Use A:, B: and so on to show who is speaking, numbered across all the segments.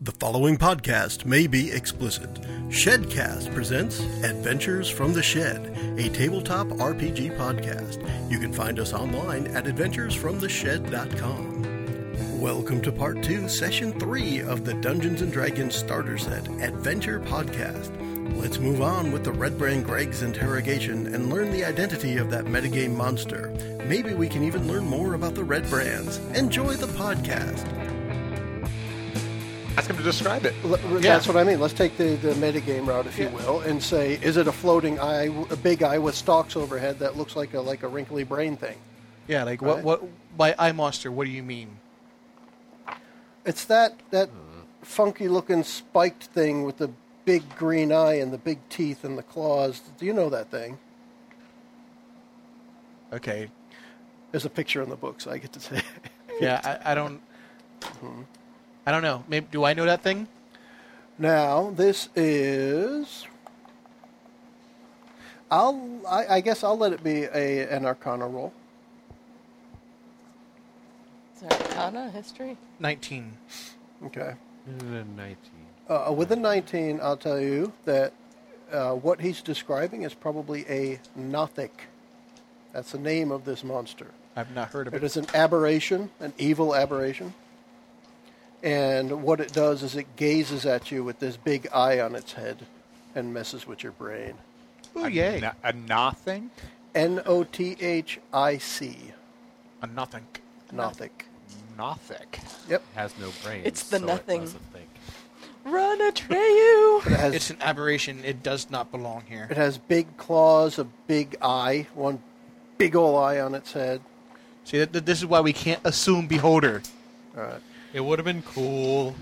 A: The following podcast may be explicit. Shedcast presents Adventures from the Shed, a tabletop RPG podcast. You can find us online at adventuresfromtheshed.com. Welcome to part 2, session 3 of the Dungeons and Dragons Starter Set Adventure Podcast. Let's move on with the Red Brand Greg's interrogation and learn the identity of that metagame monster. Maybe we can even learn more about the Red Brands. Enjoy the podcast.
B: ask him to describe it.
C: L- That's what I mean. Let's take the, the metagame route, if you will, and say, is it a floating eye, a big eye with stalks overhead that looks like a like a wrinkly brain thing?
D: Yeah, like
C: Right?
D: what what by eye monster? What do you mean?
C: It's that that funky looking spiked thing with the big green eye and the big teeth and the claws. Do you know that thing?
D: Okay,
C: There's a picture in the book, so I get to say.
D: yeah, I, I don't, I don't know. Maybe do I know that thing?
C: now this is. I'll. I, I guess I'll let it be a an Arcana roll.
E: Is there Arcana history?
D: Nineteen.
C: Okay.
B: 19.
C: Uh, with a 19, I'll tell you that uh, what he's describing is probably a Nothic. That's the name of this monster.
D: I've not heard of
C: It
D: it.
C: is an aberration, an evil aberration. And what it does is it gazes at you with this big eye on its head and messes with your brain.
D: Oh yay!
B: No- a nothing?
C: N O T H I C.
D: A nothing.
C: Nothic.
B: Nothing.
C: Yep.
F: has no brain.
E: It's the
F: so
E: nothing.
F: It doesn't think.
E: Run, Atreyu!
C: It has,
D: It's an aberration. It does not belong here.
C: it has big claws, a big eye, one big ol' eye on its head.
D: See, th- th- this is why we can't assume beholder.
C: All right.
F: It would have been cool.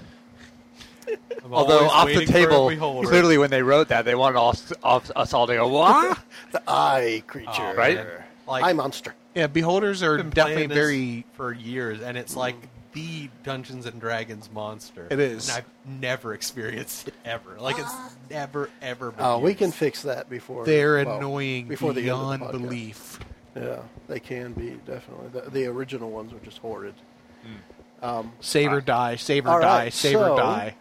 F: I'm
B: Although
F: always
B: off the
F: waiting for a
B: table,
F: beholder.
B: clearly when they wrote that, they wanted us, us, us all to go, what?
C: The eye creature.
F: Aw,
B: right?
F: man.
D: Like
C: eye monster.
D: yeah, beholders are
F: I've been
D: definitely
F: playing this
D: very.
F: for years, and it's like the Dungeons and Dragons monster.
D: It is.
F: And I've never experienced it ever. Like it's never ever. Been
C: Oh, we
F: used.
C: can fix that before.
D: They're
C: well,
D: annoying
C: the end of the
D: beyond
C: podcast.
D: belief.
C: Yeah, they can be definitely. The, the original ones are just horrid.
D: Save or die. Save or
C: All
D: die.
C: right,
D: Save or
C: so-
D: die.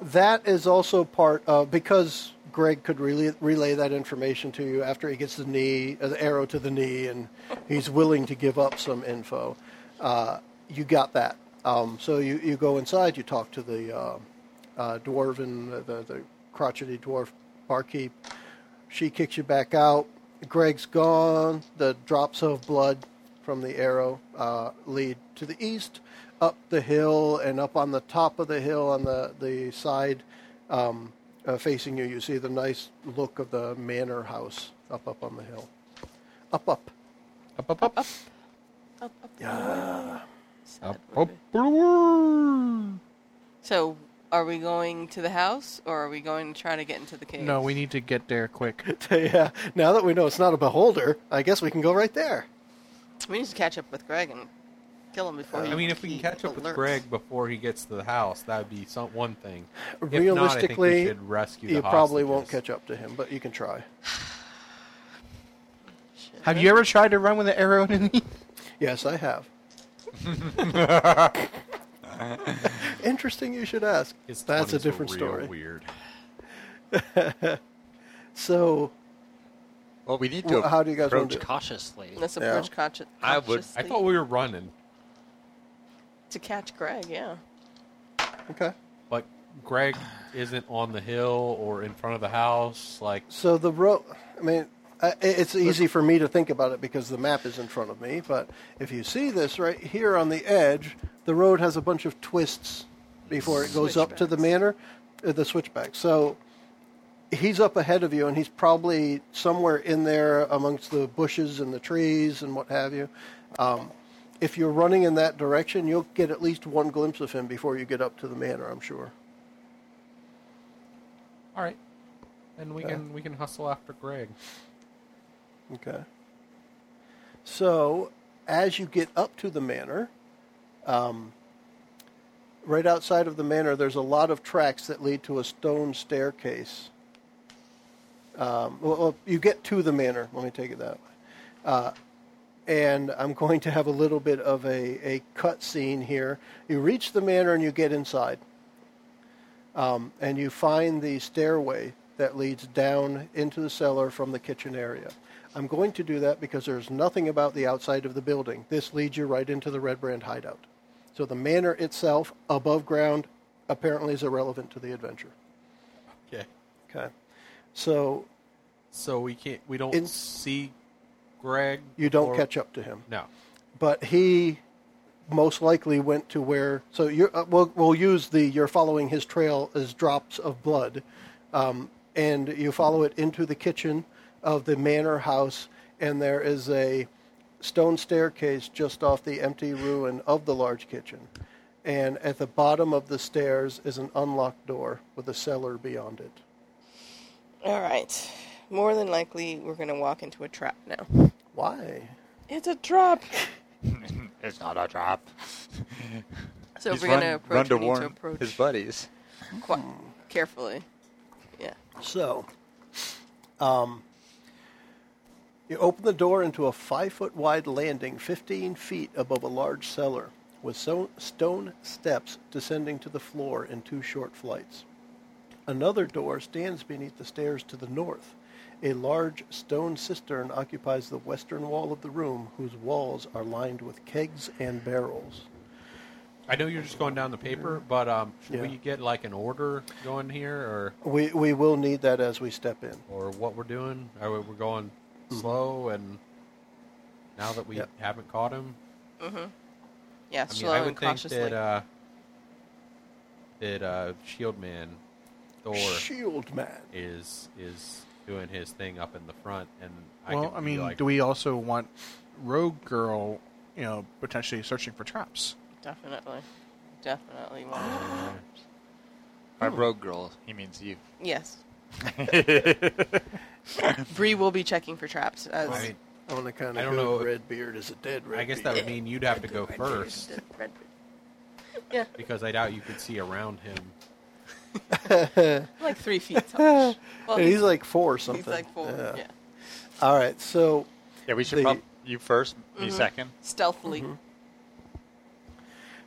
C: That is also part of because Greg could relay, relay that information to you after he gets the knee, uh, the arrow to the knee, and he's willing to give up some info. Uh, you got that. Um, so you, you go inside. You talk to the uh, uh, dwarven, uh, the, the crotchety dwarf barkeep. She kicks you back out. Greg's gone. The drops of blood from the arrow uh, lead to the east, up the hill, and up on the top of the hill on the, the side um, uh, facing you, you see the nice look of the manor house up, up on the hill. Up, up.
D: Up, up, up, up.
E: Up, up, Sad
D: Up,
F: Oh,
E: movie.
D: up, up.
E: So, are we going to the house or are we going to try to get into the cave?
D: No, we need to get there quick.
C: yeah, now that we know it's not a beholder, I guess we can go right there.
E: We need to catch up with Greg and kill him before he
F: I mean, if we can
E: he
F: catch up with
E: alerts.
F: Greg before he gets to the house, that would be some one thing. If not, I think we
C: Realistically,
F: should rescue the
C: You probably won't
F: hostages.
C: catch up to him, but you can try.
E: Shit.
D: Have you ever tried to run with an arrow in the knee?
C: Yes, I have. Interesting you should ask.
F: His
C: That's a
F: 20s were
C: different
F: real
C: story.
F: Weird.
C: So,
B: Well, we need to
C: Well, how do you guys wanna
B: approach
C: do it?
B: cautiously.
E: Let's
C: Yeah.
E: approach consci-
B: I would. I
E: consciously
F: thought we were running,
E: to catch Greg, yeah.
C: okay.
F: but Greg isn't on the hill or in front of the house. Like
C: So the road, I mean, I- i- it's easy for me to think about it because the map is in front of me. But if you see this right here on the edge, the road has a bunch of twists before it goes up to the manor, uh, the switchback. So he's up ahead of you, and he's probably somewhere in there amongst the bushes and the trees and what have you. Um, if you're running in that direction, you'll get at least one glimpse of him before you get up to the manor. I'm sure.
F: All right, and we can we can hustle after Greg.
C: Okay. So, as you get up to the manor, um, right outside of the manor, there's a lot of tracks that lead to a stone staircase. Um, well, well, you get to the manor. Let me take it that way. Uh, and I'm going to have a little bit of a, a cut scene here. You reach the manor and you get inside. um, and you find the stairway that leads down into the cellar from the kitchen area. I'm going to do that because there's nothing about the outside of the building. This leads you right into the Red Brand hideout. So the manor itself, above ground, apparently is irrelevant to the adventure.
F: Okay.
C: Okay. So
F: So we can't. We don't
C: In-
F: see Greg.
C: you don't
F: or-
C: catch up to him.
F: No.
C: but he most likely went to where. So you're, uh, we'll, we'll use the you're following his trail as drops of blood, um, and you follow it into the kitchen of the manor house, and there is a stone staircase just off the empty ruin of the large kitchen, and at the bottom of the stairs is an unlocked door with a cellar beyond it.
E: All right. More than likely, we're going to walk into a trap now.
C: Why?
E: It's a trap.
B: It's not a trap.
E: So
B: He's
E: if we're
B: run,
E: going to
B: run
E: approach.
B: to
E: we need
B: warn
E: to approach
B: his buddies.
E: qui- carefully. Yeah.
C: So, um, you open the door into a five foot wide landing 15 feet above a large cellar with so- stone steps descending to the floor in two short flights. Another door stands beneath the stairs to the north. A large stone cistern occupies the western wall of the room, whose walls are lined with kegs and barrels.
F: I know you're just going down the paper, but um, should
C: Yeah.
F: we get like an order going here, or
C: We, we will need that as we step in.
F: or what we're doing? Are we, we're going
D: Mm-hmm.
F: slow, and now that we
C: Yep.
F: haven't caught him,
E: Yeah,
F: I mean,
E: slow
F: I would
E: and
F: think
E: cautiously.
F: that uh, that uh, Shield Man Thor
C: Shield man.
F: is is doing his thing up in the front, and I
D: well,
F: could
D: I
F: be
D: mean,
F: like,
D: do we also want Rogue Girl, you know, potentially searching for traps?
E: Definitely. Definitely. One.
B: By rogue girl, he means you.
E: Yes. Bree will be checking for traps as
F: I mean,
C: On the kind
F: I
C: of
F: don't know if-
C: red beard is a dead red
F: I guess that
C: beard.
F: would mean you'd have to go first
E: Yeah,
F: because I doubt you could see around him.
E: like three feet tall. Well,
C: And he's like four or
E: he's
C: something.
E: like four. Yeah.
C: All right. So
B: Yeah, we should
C: The-
B: prob- you first, me
E: Mm-hmm.
B: second.
E: Stealthily.
C: Mm-hmm.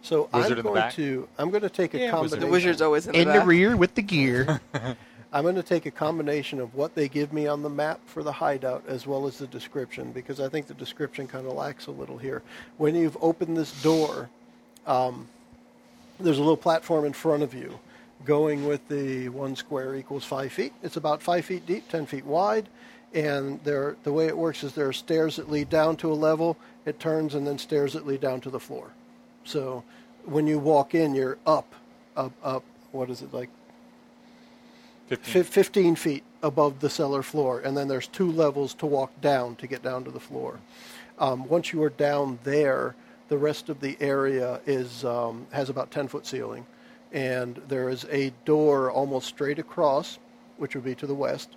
C: so
B: Wizard
C: I'm
B: in the
C: going
B: back?
C: to I'm going to take a
F: Yeah, wizard.
E: The
C: combination.
E: wizard's always in the back.
D: rear with the gear.
C: I'm going to take a combination of what they give me on the map for the hideout as well as the description because I think the description kind of lacks a little here. When you've opened this door, um, there's a little platform in front of you going with the one square equals five feet. It's about five feet deep, ten feet wide, and there the way it works is there are stairs that lead down to a level, it turns, and then stairs that lead down to the floor. So when you walk in, you're up, up, up. What is it like?
B: Fifteen.
C: Fif- 15 feet above the cellar floor, and then there's two levels to walk down to get down to the floor. Um, once you are down there, the rest of the area is um, has about 10 foot ceiling, and there is a door almost straight across, which would be to the west.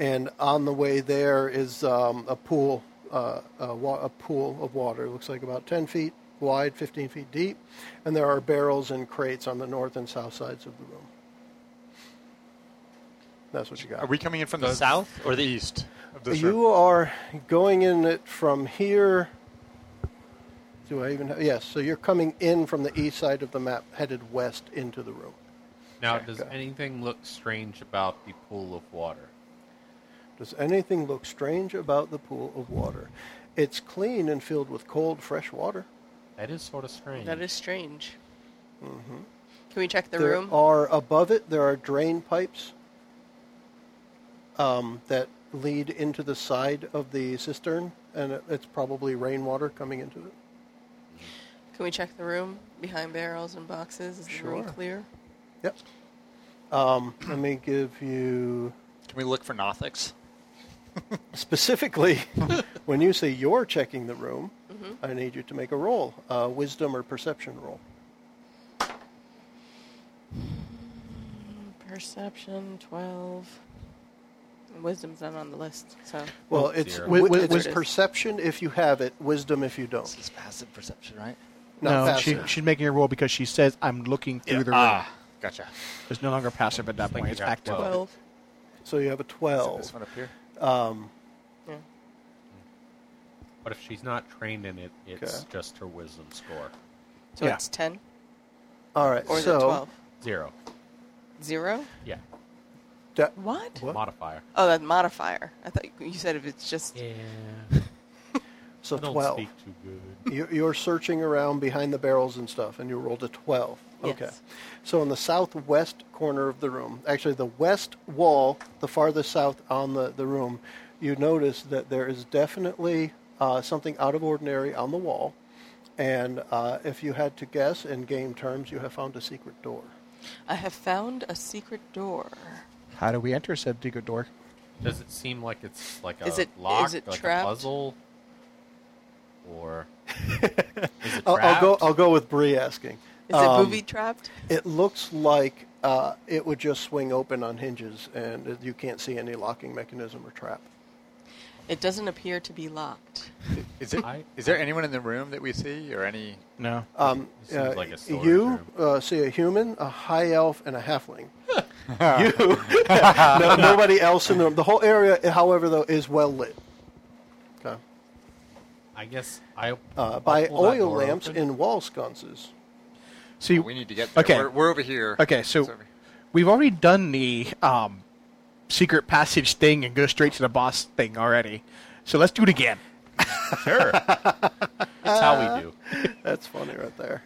C: And on the way there is um, a pool, uh, a, wa- a pool of water. It looks like about 10 feet wide, 15 feet deep, and there are barrels and crates on the north and south sides of the room. That's what you got.
B: Are we coming in from the, south or the east of this
C: you
B: room?
C: are going in it from here. Do I even? Have, yes. So you're coming in from the east side of the map, headed west into the room.
F: Now, does
C: go.
F: anything look strange about the pool of water?
C: Does anything look strange about the pool of water? It's clean and filled with cold, fresh water.
F: That is sort of strange.
E: That is strange.
C: Mm-hmm.
E: Can we check the
C: there
E: room?
C: are above it. There are drain pipes um, that lead into the side of the cistern, and it, it's probably rainwater coming into it.
E: Can we check the room behind barrels and boxes? Is the room
C: Sure.
E: clear?
C: Yep. Um, let me give you
B: Can we look for Nothics?
C: Specifically, when you say you're checking the room,
E: Mm-hmm.
C: I need you to make a roll, a wisdom or perception roll.
E: Perception twelve. Wisdom's not on the list, so
C: Well,
F: Oh,
C: it's,
F: zero.
C: wi-
D: Wi-
C: it's
E: wisdom.
C: perception if you have it, wisdom if you don't.
B: is passive perception, right?
C: Not
D: no, she,
C: passive.
D: she's making a roll because she says, I'm looking through the room.
B: Ah, gotcha.
D: It's no longer passive at that
F: like
D: point.
F: you
D: It's
F: got
D: active.
F: twelve.
E: twelve.
C: So you
B: Is
C: have a Um,
B: it
C: 12.
B: This one up here.
E: Yeah.
F: But if she's not trained in it, it's
C: Okay.
F: just her wisdom score.
E: So
D: Yeah.
E: it's ten
C: All right,
E: or is it
C: so
E: twelve?
F: Zero.
E: zero?
F: Yeah,
C: Da-
E: What?
C: What?
F: modifier.
E: Oh, that modifier. I thought you said if it's just.
F: Yeah.
C: so
F: I don't
C: 12.
F: speak too good.
C: You- You're searching around behind the barrels and stuff, and you rolled a 12. Okay.
E: Yes.
C: So in the southwest corner of the room, actually the west wall, the farthest south on the, the room, you notice that there is definitely uh, something out of ordinary on the wall. And uh, if you had to guess in game terms, you have found a secret door.
E: I have found a secret door.
D: How do we enter said secret door?
F: Does it seem like it's like a
E: Is it-
F: lock,
E: is it
F: like
E: trapped?
F: a puzzle, or is it
C: I'll, I'll go.
F: trapped?
C: I'll go with Bree asking.
E: Is it
C: Um,
E: booby trapped?
C: It looks like uh, it would just swing open on hinges, and it- you can't see any locking mechanism or trap.
E: It doesn't appear to be locked.
B: Is it?
F: I-
B: Is there anyone in the room that we see, or any?
D: No.
C: Um,
F: Seems
C: uh,
F: like a storage
C: you
F: room.
C: uh, see a human, a high elf, and a halfling. you, no, nobody else in the room. The whole area, however, though, is well lit. Okay.
F: I guess I
C: Uh, by
F: pull that
C: oil
F: door
C: lamps
F: open.
C: and wall sconces.
D: See,
B: oh, We need to get there.
D: Okay.
B: We're, we're over here.
D: Okay, so
B: It's over-
D: we've already done the um, secret passage thing and go straight to the boss thing already. So let's do it again.
F: sure. That's how we do.
C: That's funny right there.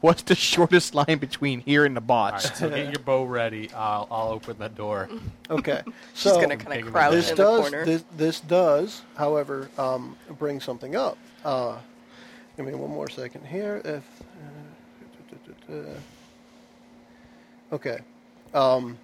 D: What's the shortest line between here and the
F: All right,
D: boss?
F: so get your bow ready. I'll, I'll open the door.
C: Okay.
E: She's
C: so,
E: gonna kind
F: Taking
E: of
F: a
E: crouch
C: this
E: in the
C: does
E: corner.
C: this, this does, however, um, bring something up. Uh, give me one more second here. If uh, okay, um,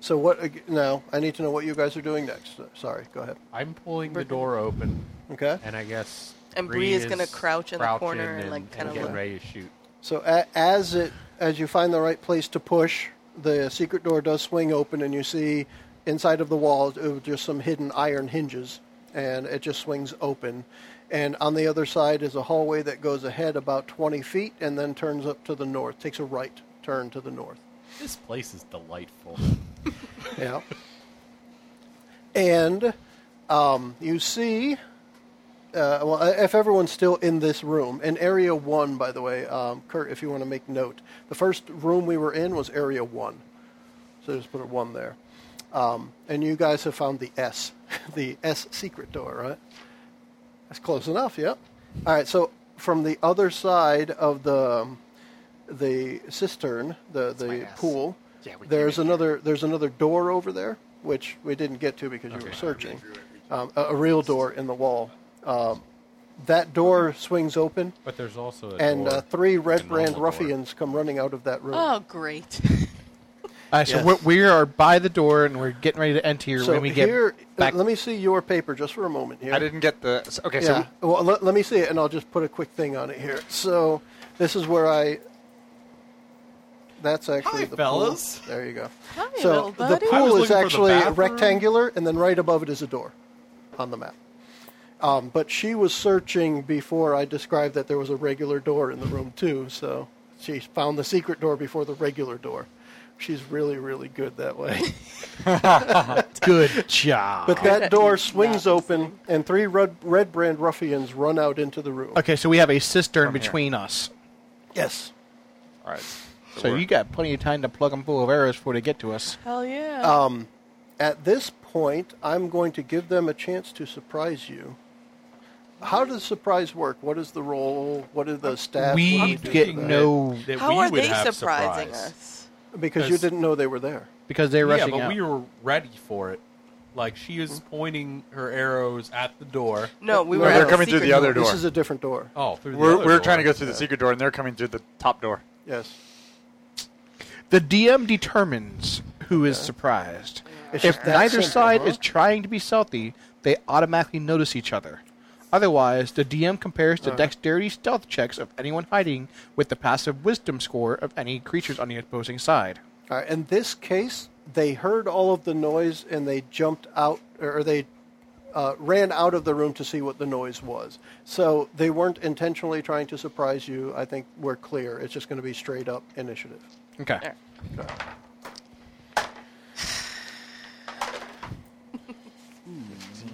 C: so what? ag- Now I need to know what you guys are doing next. Sorry, go ahead.
F: I'm pulling the door open,
C: Okay.
F: and I guess.
E: And Bree is gonna crouch in the
F: crouching
E: corner and, like, kinda
F: getting
C: look.
F: ready to shoot.
C: So a, as it as you find the right place to push, the secret door does swing open, and you see inside of the wall uh, just some hidden iron hinges, and it just swings open. And on the other side is a hallway that goes ahead about 20 feet, and then turns up to the north, takes a right turn to the north.
F: This place is delightful.
C: Yeah. And um, you see, uh, well, uh, if everyone's still in this room, in Area 1, by the way, um, Kurt, if you want to make note, the first room we were in was Area 1. So just put a 1 there. Um, and you guys have found the S, the S secret door, right? That's close enough, yep. All right, so from the other side of the um, the cistern, the, the
B: ass.
C: pool,
B: Yeah, we
C: there's
B: came in
C: another there's another door over there, which we didn't get to because you were searching. Um, a, a real door in the wall. Um, that door swings open,
F: But there's also a
C: and
F: door,
C: uh, three
F: a
C: Red
F: normal
C: Brand
F: door.
C: ruffians come running out of that room.
E: oh, great.
D: All right, so
C: Yes.
D: we're, we are by the door and we're getting ready to enter here
C: so
D: when we get
C: here, uh,
D: back.
C: let me see your paper just for a moment here.
B: I didn't get the. so- Okay,
C: Yeah. Well, let, let me see it, and I'll just put a quick thing on it here. So this is where I. That's actually
F: Hi,
C: the
F: fellas.
C: pool. There you go.
E: Hi,
C: so
E: little
C: the
E: buddy. I
F: was
C: pool is
F: looking for the
C: actually
F: bathroom.
C: rectangular, and then right above it is a door, on the map. Um, but she was searching before I described that there was a regular door in the room too. So she found the secret door before the regular door. She's really, really good that way.
D: Good job.
C: But that door
E: Not
C: swings open, and three red, red brand ruffians run out into the room.
D: okay, so we have a cistern
B: From here.
D: between us.
C: Yes.
B: all right. So,
D: So
B: we're-
D: you got plenty of time to plug them full of arrows before they get to us.
E: Hell yeah.
C: Um, at this point, I'm going to give them a chance to surprise you. How does surprise work? What is the role? What are the stats? What do
D: we
C: you do
D: get
C: for that?
D: no
F: That
E: How
F: we
E: are
F: would
E: they
F: have
E: surprising
F: surprise.
E: us?
C: because you
F: 'cause-
C: didn't know they were there.
D: because they're rushing
F: yeah, but
D: out.
F: we were ready for it. Like she is
C: Mm-hmm.
F: pointing her arrows at the door.
E: No, we
C: No,
E: were.
C: they're
E: at a
B: coming through
E: secret
B: the other
E: door.
C: This
B: door.
C: is a different door.
F: Oh, through the
B: We're,
F: other
B: we're
F: door.
B: trying to go through the secret door, and they're coming through the top door.
C: Yes.
D: The DM determines who is surprised.
C: It's
D: If
C: just that
D: neither
C: simple,
D: side
C: huh?
D: is trying to be stealthy, they automatically notice each other. Otherwise, the DM compares
C: Uh-huh.
D: the dexterity stealth checks of anyone hiding with the passive wisdom score of any creatures on the opposing side.
C: All right. In this case, they heard all of the noise and they jumped out, or they uh, ran out of the room to see what the noise was. So they weren't intentionally trying to surprise you. I think we're clear. It's just going to be straight up initiative.
D: Okay.
E: There.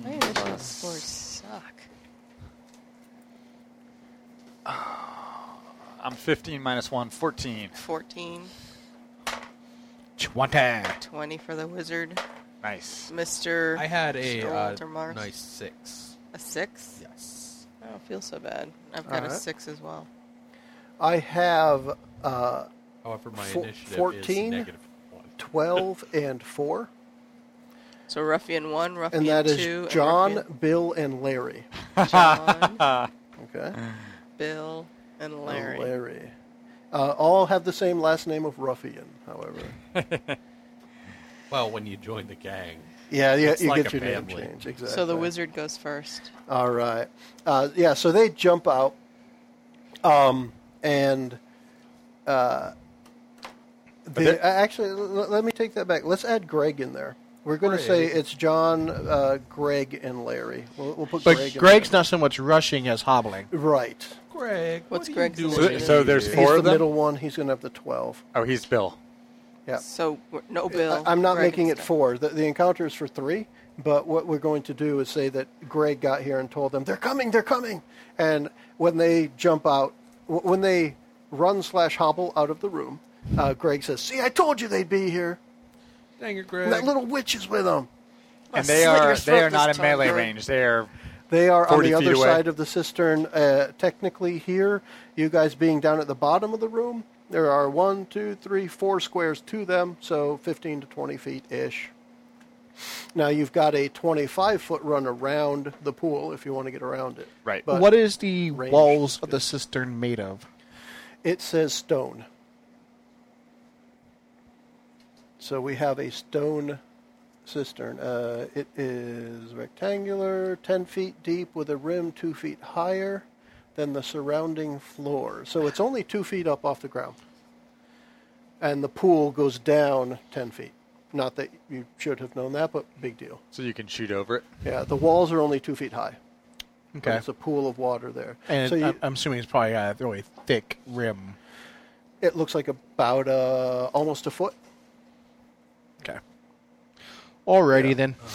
E: My initial scores suck.
B: I'm 15 minus 1, 14.
E: 14.
D: Twenty.
E: 20 for the wizard.
D: Nice.
E: Mr.
F: I had a
E: Mr. Walter
F: uh,
E: Mars.
F: nice six.
E: A six?
F: Yes.
E: I don't feel so bad. I've got a
C: Alright.
E: six as well.
C: I have uh,
F: However, my
C: Four-
F: initiative
C: 14?
F: is negative one.
C: 12 and 4,
E: So ruffian one,
C: and
E: ruffian
C: that
E: two, and
C: is John,
E: ruffian-
C: Bill, and Larry.
E: John,
C: Okay?
E: Bill, and Larry.
C: Larry. Uh, all have the same last name of Ruffian, however.
F: Well, when you join the gang,
C: Yeah, yeah,
F: It's
C: you
F: like
C: get
F: a
C: your name
F: family.
C: changed. Exactly.
E: So the wizard goes first.
C: All right. Uh, yeah, so they jump out, um, and uh, the, uh, actually, l- l- let me take that back. Let's add Greg in there. We're going to say
F: Greg.
C: it's John, uh, Greg, and Larry. We'll, we'll put
D: But
C: Greg.
D: Greg's
C: in
D: not so much rushing as hobbling.
C: there. right.
F: Greg.
E: What's
F: what are
E: Greg's
F: you
E: So-
F: doing?
E: initiative? so
B: there's
C: He's
B: Four
C: the
B: of them?
C: middle one. He's going to have the twelve.
B: Oh, he's Bill.
C: Yeah.
E: So we're- no Bill.
C: I- I'm not
E: Greg
C: making it
E: and Scott.
C: four. The, the encounter is for three. But what we're going to do is say that Greg got here and told them they're coming, they're coming, and when they jump out, w- when they run slash hobble out of the room, uh, Greg says, "See, I told you they'd be here.
F: Dang it,
C: And
F: Greg.
C: that little witch is with them.
E: Oh,
G: And they
E: slit your
G: are
E: throat
G: they are not
E: this
G: in
E: time,
G: melee
E: girl.
G: range. They are
C: They are on
B: 40
C: the
B: feet
C: other
B: away.
C: side of the cistern. Uh, technically, here, you guys being down at the bottom of the room, there are one, two, three, four squares to them, so 15 to 20 feet ish. Now you've got a 25 foot run around the pool if you want to get around it.
G: Right.
C: But
D: what is the
C: range
D: walls of the cistern made of?
C: it says stone. So we have a stone cistern. Uh, it is rectangular, 10 feet deep, with a rim 2 feet higher than the surrounding floor. So it's only 2 feet up off the ground. And the pool goes down 10 feet. Not that you should have known that, but big deal.
B: So you can shoot over it.
C: Yeah, the walls are only 2 feet high. but
D: Okay.
C: It's a pool of water there.
D: And uh,
C: so you,
D: I- I'm assuming it's probably got a really thick rim.
C: it looks like about uh, almost a foot.
D: Okay. Alrighty then.
C: Uh,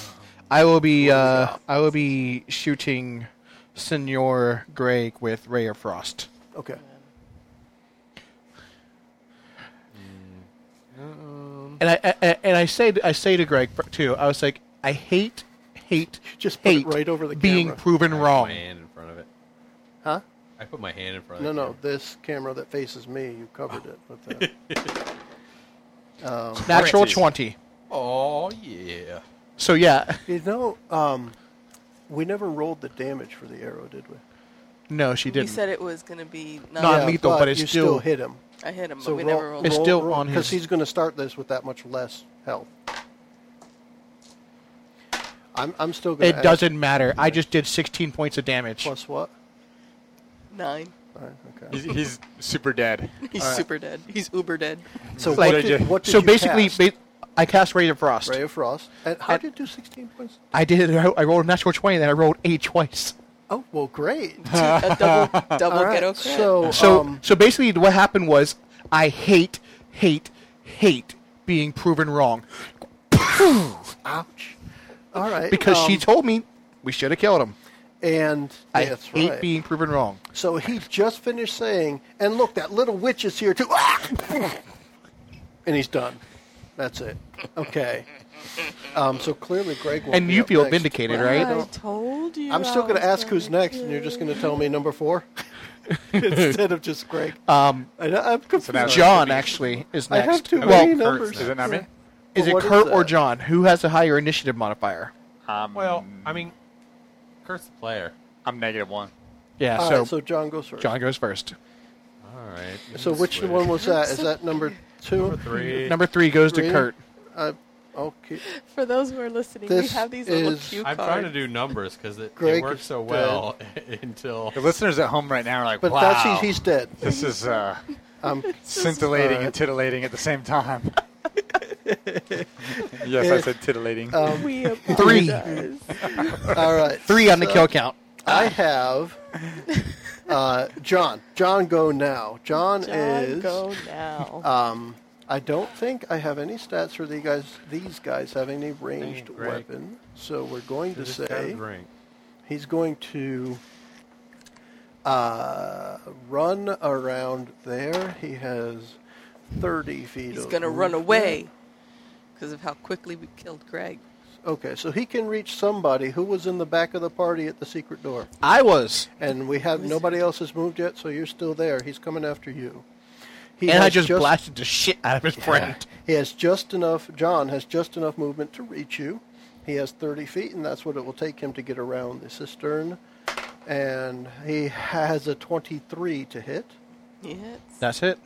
D: I will be uh, I will be shooting Senor Greg with Ray of Frost.
C: Okay. Mm-hmm.
D: And I, I and I say I say to Greg too. I was like, I hate hate
C: Just put it
D: hate
C: right over the
D: being
C: camera.
D: proven
F: I put
D: wrong.
F: My hand in front of it.
C: Huh?
F: I put my hand in front
C: No,
F: of it.
C: no. This camera that faces me, you covered it with that.
D: Natural
G: Crazy.
D: twenty.
F: Oh, yeah.
D: So yeah,
C: you know, um, we never rolled the damage for the arrow, did we?
D: no, she
E: You
D: didn't.
E: said it was going to be
D: Not
E: not.
D: me. lethal, but it's
C: you
D: still-
C: hit him.
E: I hit him,
C: So
E: but we
C: roll,
E: never rolled.
D: It's
E: it.
C: roll,
D: still on his-
C: because he's going to start this with that much less health. I'm, I'm still going.
D: it doesn't matter. I just did sixteen points of damage.
C: Plus what?
E: Nine.
C: All right, okay.
B: He's, he's super dead.
E: He's super dead. He's uber dead.
C: So
D: Like-
C: what did, what did
D: so
C: you
D: basically,
C: cast?
D: ba- I cast Ray of Frost.
C: Ray of Frost. And how
D: And-
C: did you do 16 points?
D: I did. I I rolled a natural twenty, then I rolled eight twice.
C: Oh well, great.
E: Two- a double double
C: All right.
E: ghetto crit.
C: So
D: So
C: um,
D: so basically, what happened was I hate hate hate being proven wrong
C: ouch. All right.
D: because she
C: um,
D: told me we should have killed him.
C: and
D: I
C: that's
D: hate
C: right.
D: being proven wrong.
C: So he just finished saying, and look, that little witch is here too. Ah! And he's done. That's it. Okay. Um, so clearly, Greg will.
D: And
C: be
D: you
C: up
D: feel
C: next.
D: vindicated,
C: Well,
D: right?
C: I
E: I
C: don't-
E: told you.
C: I'm still
E: I
C: going to
E: was
C: ask who's
E: gonna
C: next, and you're
E: do
C: just
E: it.
C: going to tell me number four instead of just Greg.
D: Um,
C: I, I'm confused.
G: now it's
D: John actually is
C: I
D: next.
C: have too
D: well,
C: many
G: Kurt,
C: numbers.
G: is it not me?
D: is it
C: What
D: Kurt or
C: that?
D: John? Who has a higher initiative modifier?
B: Um,
G: I'm
F: Well, I mean, curse the player.
G: I'm negative one.
D: Yeah.
C: All right,
D: so
C: so, John goes first.
D: John goes first.
F: All right. you
C: So
F: can
C: which
F: switch.
C: one was that? Is that number two?
F: Number three?
D: Number three goes
C: Three.
D: to Kurt.
C: Uh, okay.
E: For those who are listening,
C: This
E: we have these little
C: is-
E: cue
F: I'm
E: cards.
F: trying to do numbers because it,
C: Greg
F: it works
C: is
F: so well until
G: The listeners at home right now are like,
C: But
G: wow,
C: that's he's, he's dead.
G: this is uh,
C: Um,
G: scintillating
C: Alright.
G: and titillating at the same time. yes, I said titillating.
C: um,
E: We
D: Three.
E: apologize.
C: all right.
D: Three on the
C: So-
D: kill count.
C: I have uh, John. John, go now. John,
E: John,
C: is.
E: go now.
C: Um, I don't think I have any stats for the guys. These guys have any ranged
F: Dang, Greg.
C: weapon, so we're going to
F: Just gotta
C: say
F: drink.
C: he's going to uh, run around there. He has thirty feet.
E: He's
C: of
E: gonna run
C: movement.
E: away. because of how quickly we killed Greg.
C: Okay, so he can reach somebody who was in the back of the party at the secret door.
D: I was,
C: And we have nobody else has moved yet, so you're still there. He's coming after you. He
D: and I
C: has
D: just, blasted the shit out of his friend.
C: He has just enough. John has just enough movement to reach you. He has 30 feet, and that's what it will take him to get around the cistern. And he has a 23 to hit.
E: Yes.
D: That's it.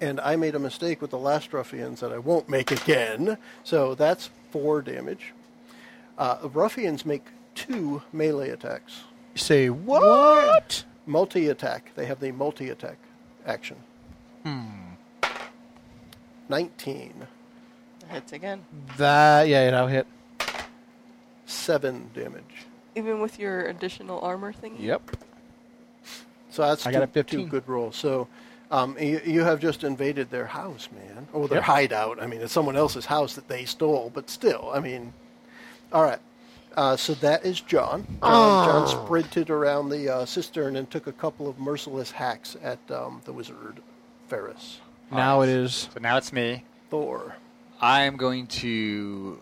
C: And I made a mistake with the last ruffians that I won't make again. So that's four damage. Uh, ruffians make two melee attacks.
D: You say what?
C: Multi attack. They have the multi attack action. Hmm. 19.
E: Hits again.
D: That yeah, that'll hit.
C: 7 damage.
E: Even with your additional armor thing?
D: Yep.
C: So that's
D: I
C: two,
D: got a 15.
C: two good rolls. So um, you, you have just invaded their house, man, or their
D: Yep.
C: hideout. I mean, it's someone else's house that they stole, but still, I mean, all right. Uh, so that is John. John,
D: Ah.
C: John sprinted around the uh, cistern and took a couple of merciless hacks at um, the wizard Ferris.
D: Now it is.
G: So now it's me.
C: Thor.
G: I'm going to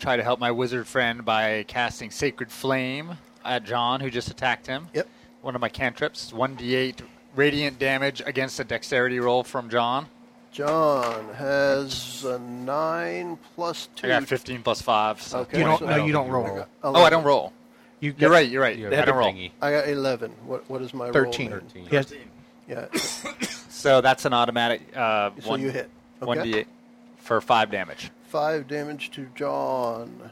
G: try to help my wizard friend by casting Sacred Flame at John, who just attacked him.
C: Yep.
G: One of my cantrips, 1d8 radiant damage against a dexterity roll from John.
C: John has a nine plus two.
G: I got 15 plus 5. So
C: Okay.
D: You don't.
C: so-
D: No, you don't roll.
G: Oh, I don't roll.
D: You get
G: You're right, you're right.
F: You're
G: I
F: a
G: don't roll.
F: thingy.
C: I got eleven. What what is my roll?
D: Thirteen.
C: then?
F: Thirteen.
D: He has-
C: Yeah.
G: So that's an automatic uh,
C: So
G: one,
C: you hit. Okay.
G: 1d8 for 5 damage.
C: Five damage to John.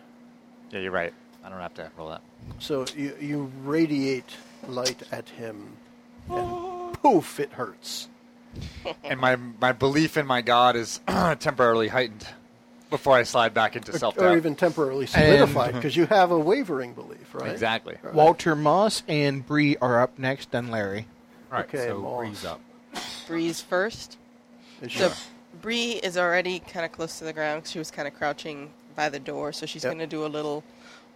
G: Yeah, you're right. I don't have to roll that.
C: So you, you radiate light at him, and poof, it hurts.
G: And my my belief in my god is temporarily heightened before I slide back into self
C: Or
G: doubt.
C: even temporarily solidified, because you have a wavering belief, right?
G: Exactly.
D: Walter Moss and Bree are up next. Then Larry.
F: All right,
C: Okay,
F: so
C: Moss.
F: Breeze up.
E: Breeze first.
C: Is
E: So
C: your-
E: Bree is already kind of close to the ground. 'cause She was kind of crouching by the door, so she's
C: Yep.
E: going to do a little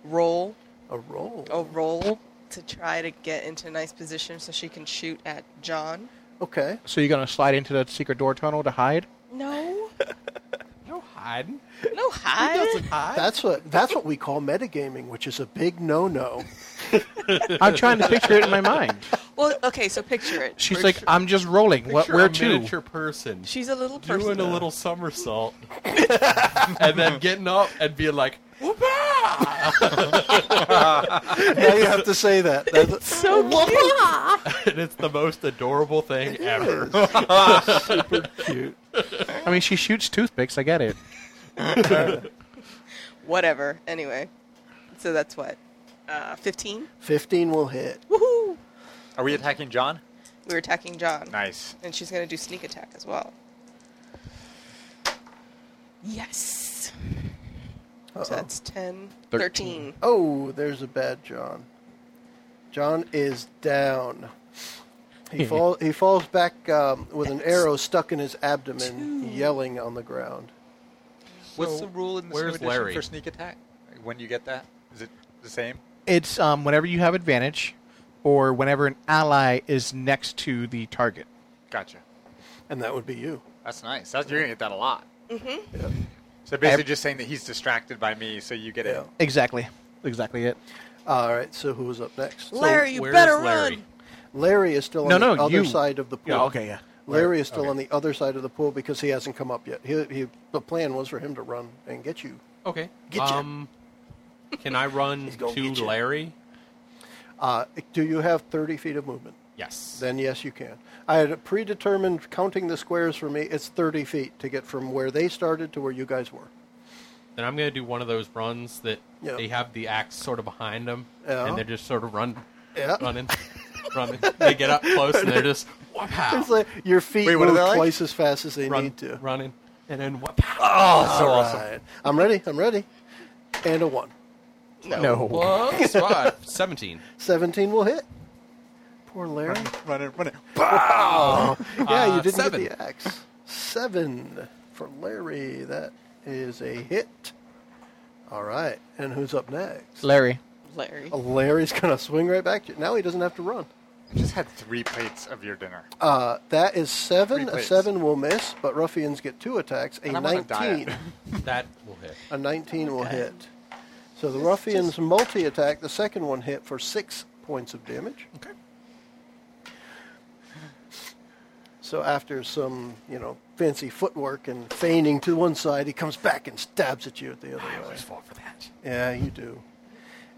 E: roll,
C: a roll.
E: a roll to try to get into a nice position so she can shoot at John.
C: Okay.
D: So you're gonna slide into the secret door tunnel to hide?
E: No,
F: No hiding.
E: no hide.
C: That's what that's what we call metagaming, which is a big no-no.
D: I'm trying to picture it in my mind.
E: Well, okay, so picture it.
D: She's
E: We're
D: like,
E: tr-
D: I'm just rolling. What?
F: Picture
D: Where
F: a
D: to?
F: Miniature person.
E: she's a little person.
F: doing a little somersault, and then getting up and being like, "Whoopah!"
C: now you have to say that. That's
E: so cute.
F: and it's the most adorable thing ever.
C: cute.
D: I mean, she shoots toothpicks. I get it.
E: Whatever. Anyway, so that's what. Uh, Fifteen.
C: Fifteen will hit.
E: Woohoo!
G: Are we attacking John?
E: We're attacking John.
G: Nice.
E: And she's going to do sneak attack as well. Yes. So that's 10, 13.
C: Oh, there's a bad John. John is down. He fall, He falls back um, with an arrow stuck in his abdomen, yelling on the ground.
G: What's the rule in this
F: where's
G: new edition
F: Larry?
G: for sneak attack? When do you get that? Is it the same?
D: It's um, whenever you have advantage, or whenever an ally is next to the target.
G: Gotcha.
C: And that would be you.
G: That's nice. That's, you're gonna get that a lot. Mm-hmm. So basically, just saying that he's distracted by me, so you get it.
C: Yeah.
D: Exactly. Exactly it.
C: All right, so who's up next? So
E: Larry, you
F: Where's
E: better
F: Larry?
E: run.
C: Larry is still on
D: No,
C: the
D: no,
C: other
D: you.
C: side of the pool.
D: Yeah, okay, yeah.
C: Larry is still on the other side of the pool because he hasn't come up yet. He, he, the plan was for him to run and get you.
F: Okay.
C: Getcha.
F: um, can I run
C: He's gonna
F: to
C: getcha.
F: Larry?
C: Uh, do you have 30 feet of movement?
F: Yes.
C: Then yes, you can. I had predetermined counting the squares for me. It's 30 feet to get from where they started to where you guys were.
F: Then I'm going to do one of those runs that
C: Yeah.
F: they have the axe sort of behind them,
C: Yeah.
F: and they're just sort of run,
C: Yeah.
F: running, running. They get up close and they're just "Wapow,"
C: It's like your feet
G: Wait, what are
C: move
G: they like?
C: twice as fast as they
F: run,
C: need to.
F: running, and then "Wapow."
G: Oh, so awesome!
C: Alright. I'm ready. I'm ready. And a one.
D: No.
F: Whoa, spot. Seventeen.
C: 17 will hit. Poor Larry.
G: Run it, run it.
C: Yeah,
F: Uh,
C: you didn't
F: seven.
C: get the axe. Seven for Larry. That is a hit. All right. And who's up next?
D: Larry.
E: Larry.
C: Larry's going to swing right back to you. Now he doesn't have to run.
G: I just had three plates of your dinner.
C: Uh, that is seven.
G: Three
C: A
G: plates.
C: seven will miss, but ruffians get two attacks. A
G: And I'm on a diet.
C: nineteen.
F: That will hit.
C: A nineteen will hit. So the ruffians multi-attack. The second one hit for six points of damage.
D: Okay.
C: So after some, you know, fancy footwork and feigning to one side, he comes back and stabs at you at the other way.
G: fall for that.
C: Yeah, you do.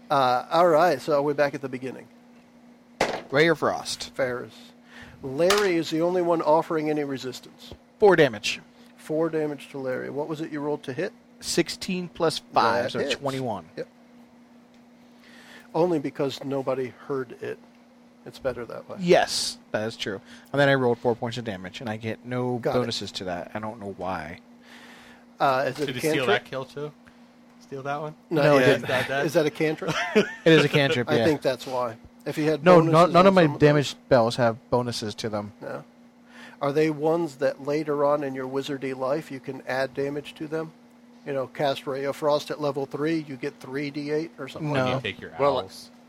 C: Uh, all right, so we're back at the beginning.
D: Ray or Frost.
C: Ferris. Larry is the only one offering any resistance.
D: Four damage.
C: Four damage to Larry. What was it you rolled to hit?
D: 16 plus 5,
C: That
D: so
C: hits.
D: 21.
C: Yep. Only because nobody heard it. It's better that way.
D: Yes, that is true. And then I rolled 4 points of damage, and I get no
C: Got it.
D: bonuses to that. I don't know why.
C: Uh, is it
F: Did
C: a
F: he steal
C: cantrip?
F: that kill too? Steal that one?
D: No,
C: yeah.
D: it didn't.
F: Is that that?
C: Is that a cantrip?
D: It is a cantrip, yeah.
C: I think that's why. If you had
D: no,
C: bonuses
D: no, none
C: on
D: of my
C: some
D: damage spells have bonuses to them.
C: No. Are they ones that later on in your wizardy life you can add damage to them? You know, cast Ray of Frost at level three, you get three d8 or something.
F: When
C: Like
D: No.
F: you take your
G: Well,
F: owls.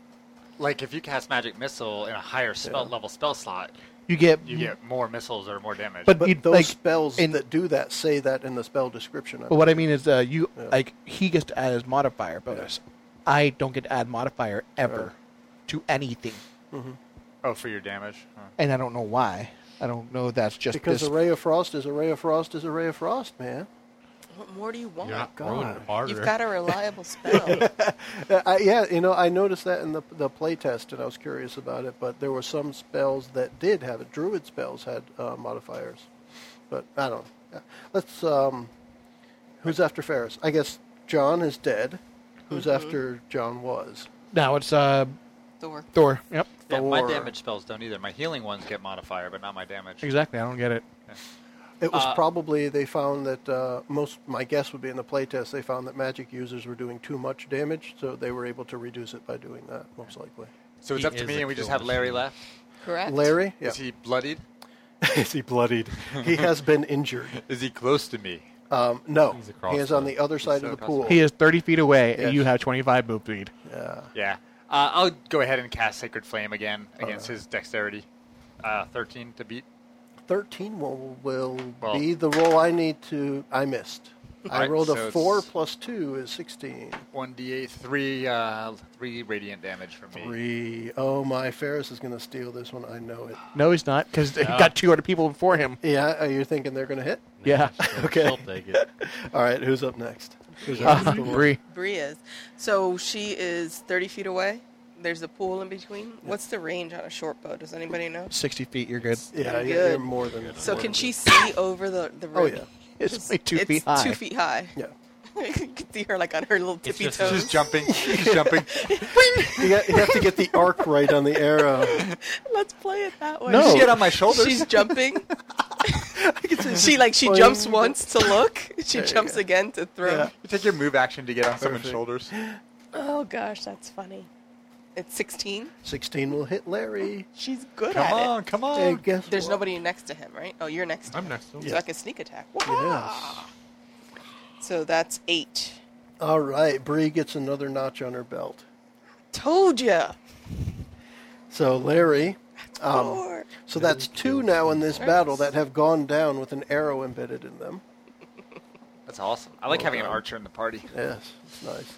G: Like if you cast magic missile in a higher spell level spell slot,
D: You get.
G: you get more missiles or more damage.
C: that.
D: But,
C: But
D: you,
C: those
D: like,
C: spells
D: in-
C: that do that say that in the spell description. Of
D: But
C: it.
D: what I mean is, uh, you
C: Yeah.
D: like he gets to add his modifier bonus. I don't get to add modifier ever to anything,
G: oh, for your damage. Huh.
D: and I don't know why. I don't know. if That's just
C: Because
D: this.
C: a Ray of Frost is a Ray of Frost is a Ray of Frost, man.
E: What more do you want?
F: You're not
C: God.
F: throwing it harder.
E: oh You've got a reliable spell.
C: Uh, I, yeah, you know, I noticed that in the the playtest, and I was curious about it. But there were some spells that did have it. Druid spells had uh, modifiers, but I don't. Yeah. Let's. Um, who's after Ferris? I guess John is dead. Who's
G: Mm-hmm.
C: after John was?
D: now it's uh,
E: Thor.
D: Thor. Yep,
G: Yeah, my
C: Thor.
G: damage spells don't either. My healing ones get modifier, but not my damage.
D: exactly. I don't get it.
C: It was
G: Uh,
C: probably they found that uh, most. My guess would be in the playtest they found that magic users were doing too much damage, so they were able to reduce it by doing that. Most likely,
G: So it's
F: He
G: up to
F: is
G: me,
F: a
G: and we just
F: kill
G: have Larry
F: machine.
G: left.
E: Correct.
C: Larry. Yeah.
G: Is he bloodied?
C: Is he bloodied? he has been injured.
G: Is he close to me?
C: Um, no,
F: He's across
C: he is on
F: the-
C: the other side
G: so
C: of the
G: across
C: pool.
D: He is thirty feet away,
C: Yes.
D: and you have twenty-five boot feet.
C: Yeah.
G: Yeah. Uh, I'll go ahead and cast Sacred Flame again against his dexterity. Uh, 13 to beat.
C: 13 will, will
G: Well-
C: be the roll I need to. I missed. I
G: Alright,
C: rolled
G: so
C: a
G: it's-
C: 4 plus 2 is 16.
G: 1d8, 3, uh, 3 radiant damage from me.
C: 3. Oh, my. Ferris is going to steal this one. I know it.
D: No, he's not, because he got two other people before him.
C: Yeah, are you thinking they're going to hit?
D: Yeah,
C: Okay.
F: She'll take it.
C: All right, who's up next? Who's up
D: uh,
C: next?
D: Bree.
E: Bree is. So she is 30 feet away. There's a pool in between. What's the range on a short bow? Does anybody know?
D: Sixty feet. You're good.
C: Yeah,
E: I'm
C: you're, you're
E: good.
C: more than.
E: So
C: more
E: can
C: than
E: she
C: good.
E: see over the the
C: Oh,
E: room?
C: yeah.
D: It's only two
E: it's
D: feet high.
E: Two feet high.
C: Yeah.
E: you can see her like on her little
F: It's
E: tippy
F: just-
E: toes.
G: She's jumping. She's jumping.
C: You, got, you have to get the arc right on the arrow.
E: Let's play it that way.
D: No.
G: She hit on my shoulders.
E: She's jumping. she like she jumps once to look. She jumps again to throw.
C: Yeah.
G: You take your move action to get on someone's
C: Perfect.
G: shoulders.
E: Oh gosh, that's funny. It's 16.
C: 16 will hit Larry.
E: She's good
G: Come
E: at
G: on,
E: it.
G: come
C: Hey,
G: on.
C: guess
E: Oh, There's
C: what?
E: nobody next to him, right? Oh, you're next. To
F: I'm
E: him.
F: next to him.
E: So I can sneak attack. Ah!
C: Yes.
E: So that's eight.
C: All right, Bree gets another notch on her belt.
E: Told ya.
C: So Larry, um,
E: Four.
C: so that's two now in this battle that have gone down with an arrow embedded in them.
G: That's awesome. I like having an archer in the party.
C: Yes, it's nice.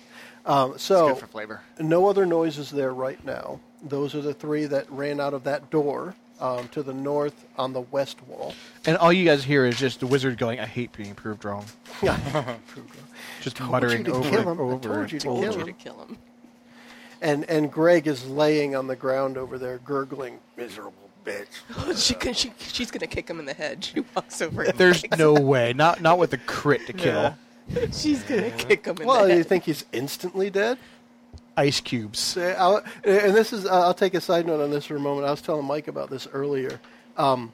C: Um,
G: It's
C: so
G: good for flavor.
C: no other noises there right now. Those are the three that ran out of that door um, to the north on the west wall.
D: And all you guys hear is just the wizard going, "I hate being proved wrong."
C: Yeah.
D: Just
C: you
D: muttering
C: to
D: over
C: kill him.
D: and
C: I
D: over.
C: told
D: and
C: you to
D: over.
E: Told
C: Kill
E: you
C: him.
E: to kill him.
C: and and Greg is laying on the ground over there, gurgling, miserable bitch.
E: she can, she, she's gonna kick him in the head. She walks over. and
D: There's
E: kicks
D: no
E: him.
D: way. Not not with a crit to kill.
E: She's gonna kick him in
C: Well,
E: the
C: you
E: head.
C: think he's instantly dead?
D: Ice cubes.
C: So I'll, eh, and this is I'll take a side note on this for a moment. I was telling Mike about this earlier. Um,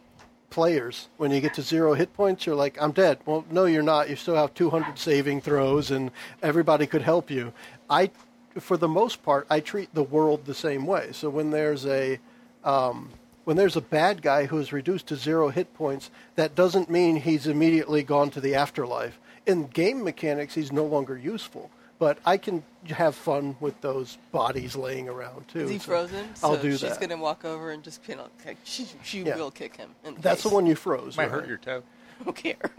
C: players, when you get to zero hit points, you're like, I'm dead. Well, no, you're not. You still have 200 saving throws, and everybody could help you. I, for the most part, I treat the world the same way. So when there's a um, when there's a bad guy who is reduced to zero hit points, that doesn't mean he's immediately gone to the afterlife. In game mechanics, he's no longer useful. But I can have fun with those bodies laying around too.
E: Is he
C: so
E: frozen?
C: I'll
E: so
C: do
E: she's
C: that.
E: gonna walk over and just pin on. Kick. She, she
C: Yeah.
E: will kick him. In the
C: That's the
E: face.
C: one you froze.
B: Might
C: right?
B: hurt your toe.
E: I don't care.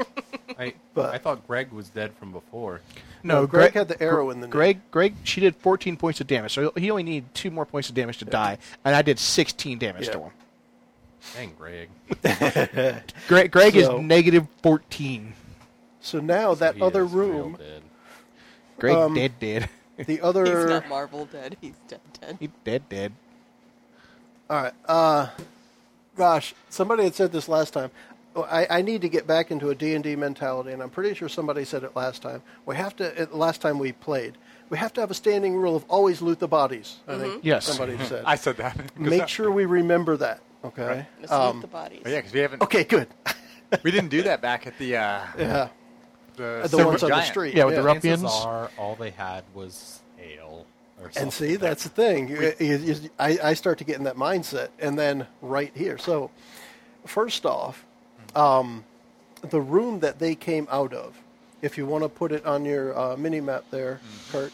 F: I,
C: But-
F: I thought Greg was dead from before.
C: No, Greg had the arrow
D: Gre-
C: in the knee.
D: Greg, Greg, she did 14 points of damage, so he only needed two more points of damage to die, and I did 16 damage
C: Yeah.
D: to him.
F: Dang, Greg.
D: Greg, Greg
C: So-
D: is negative 14.
C: So now that
F: He
C: other
F: is real
C: room,
F: dead.
D: Greg
C: Um,
D: dead dead.
C: the
E: He's
C: other.
E: not Marvel dead. He's dead dead.
D: he dead dead.
C: All right. Uh, gosh, somebody had said this last time. Oh, I, I need to get back into a D&D mentality, and I'm pretty sure somebody said it last time. We have to, at the last time we played, we have to have a standing rule of always loot the bodies, I think
D: Yes.
C: somebody said.
B: I said that. 'Cause
C: Make
B: that-
C: sure we remember that, okay?
E: Let's
C: Um,
E: loot the bodies.
G: Oh, yeah, because we haven't.
C: okay, good.
G: We didn't do that back at the uh,
C: Yeah,
G: the,
C: the
G: Silver
C: ones on the
G: Giant.
C: street.
D: Yeah, with the rough-
F: Chances
D: Ruffians?
F: are all they had was ale or something.
C: And see, that's the thing. You- you- you- I, I start to get in that mindset, and then right here. So, first off, um, the room that they came out of, if you want to put it on your uh, mini map there, Kurt,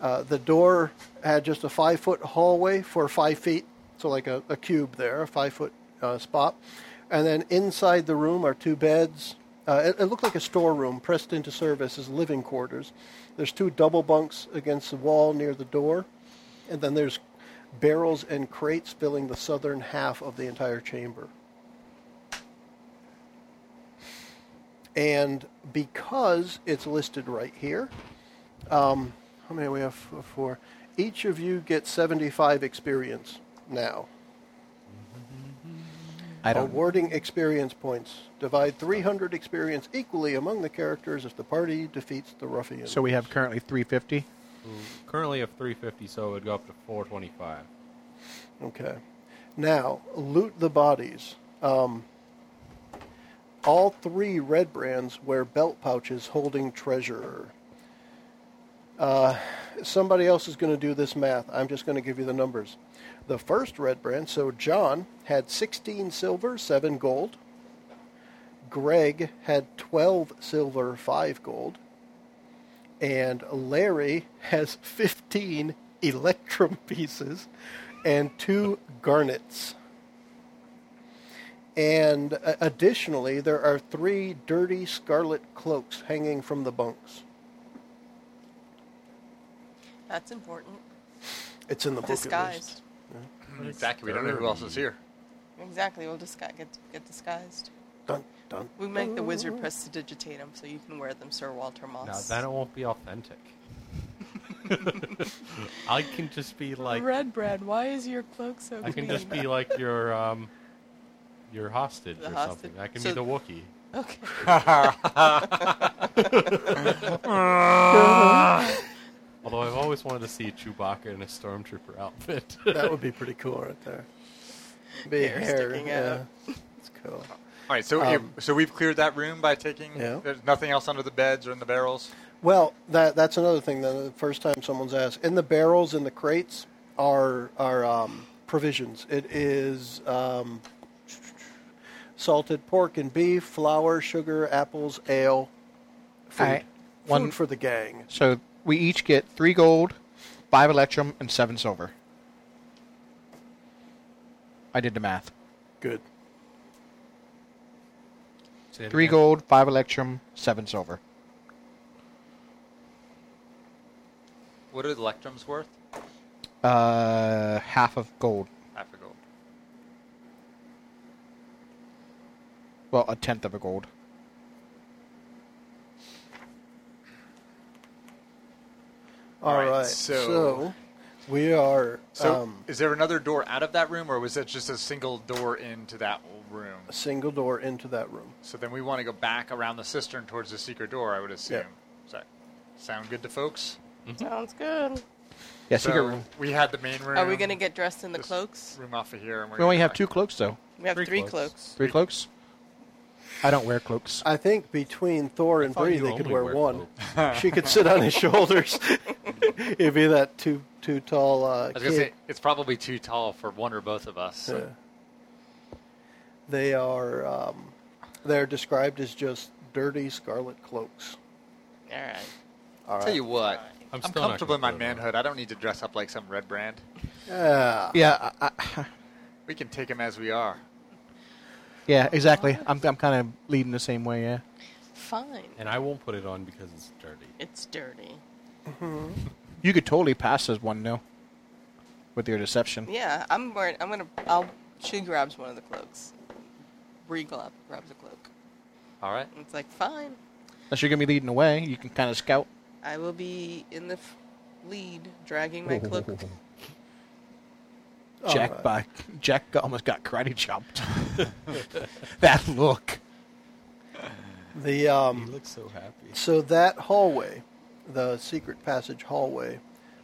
C: uh, the door had just a five foot hallway for five feet, so like a, a cube there, a five foot uh, spot. And then inside the room are two beds. Uh, it, it looked like a storeroom pressed into service as living quarters. There's two double bunks against the wall near the door, and then there's barrels and crates filling the southern half of the entire chamber. And because it's listed right here, um, how many we have F- four? Each of you get 75 experience now.
D: I don't.
C: Awarding experience points. Divide 300 experience equally among the characters if the party defeats the ruffian.
D: So we have currently 350.
F: currently have 350, so it would go up to 425.
C: Okay. Now, loot the bodies. Um, all three red brands wear belt pouches holding treasure. Uh, somebody else is going to do this math. I'm just going to give you the numbers. The first red brand, so John, had 16 silver, 7 gold. Greg had 12 silver, 5 gold. And Larry has 15 electrum pieces and two garnets. And uh, additionally, there are three dirty scarlet cloaks hanging from the bunks.
E: That's important.
C: It's in the book. at least.
E: Disguised.
G: Mm, Exactly. We don't know who else is here.
E: Exactly. We'll disgu- get get disguised.
C: Dun, dun.
E: We make the
C: Oh.
E: wizard press to digitate them so you can wear them, Sir Walter
F: Now,
E: Moss.
F: then it won't be authentic. I can just be like
E: Red bread. Why is your cloak so
F: I can just be like your um your hostage
E: The
F: or
E: hostage.
F: something. I can
E: So-
F: be the Wookiee.
E: Okay.
F: Although I've always wanted to see Chewbacca in a stormtrooper outfit.
C: That would be pretty cool right there. Be
E: Hair
C: hair,
E: sticking
C: yeah.
E: out.
C: It's cool.
G: All right, so
C: Um,
G: so we've cleared that room by taking.
C: Yeah.
G: There's nothing else under the beds or in the barrels.
C: Well, that that's another thing. The first time someone's asked, in the barrels and the crates are are um, provisions. It is um, salted pork and beef, flour, sugar, apples, ale, food.
D: Alright.
C: One
D: One-
C: for the gang.
D: So we each get three gold, five electrum, and seven silver. I did the math.
C: Good.
F: Say it
D: Three
F: again.
D: gold, five electrum, seven silver.
G: What are the electrums worth?
D: Uh, half of gold.
G: Half a gold.
D: Well, a tenth of a gold.
C: All right.
G: Alright,
C: So,
G: so-
C: we are.
G: So
C: um,
G: is there another door out of that room, or was that just a single door into that room?
C: a single door into that room.
G: So then we want to go back around the cistern towards the secret door. I would assume. Does that sound good to folks?
E: Sounds good.
D: Yeah, secret
G: So
D: room.
G: We had the main room.
E: Are we gonna get dressed in the
G: this
E: cloaks?
G: Room off of here. And we're
D: We only
G: gonna
D: have
G: go
D: two cloaks, though.
E: We have
F: Three
E: three,
F: cloaks.
E: cloaks.
D: Three cloaks. I don't wear cloaks.
C: I think between Thor and
F: thought
C: Bree,
F: you
C: they could
F: only
C: wear
F: wear
C: one. she could sit on his shoulders. It'd be that too too tall uh,
G: I
C: kid.
G: was gonna say it's probably too tall for one or both of us. so-
C: Yeah. They are um, they're described as just dirty scarlet cloaks.
E: All right.
C: All
G: Tell
C: right.
G: you what,
F: I'm,
G: I'm
F: still not
G: comfortable in my
F: comfortable
G: manhood. I don't need to dress up like some red brand.
C: Yeah.
D: Yeah, I, I,
G: We can take him as we are.
D: yeah, exactly. I'm, I'm kind of leading the same way. Yeah.
E: Fine.
F: And I won't put it on because it's dirty.
E: It's dirty.
D: You could totally pass as one though, with your deception.
E: Yeah, I'm wearing. I'm gonna. I'll. She grabs one of the cloaks. Bree grab, grabs a cloak.
G: All right.
E: And It's like fine.
D: Unless you're gonna be leading the way, you can kind of scout.
E: I will be in the f- lead, dragging my cloak.
D: Jack by Jack got, almost got karate chopped. that look.
C: The
F: He
C: um,
F: looks so happy.
C: so that hallway, the secret passage hallway,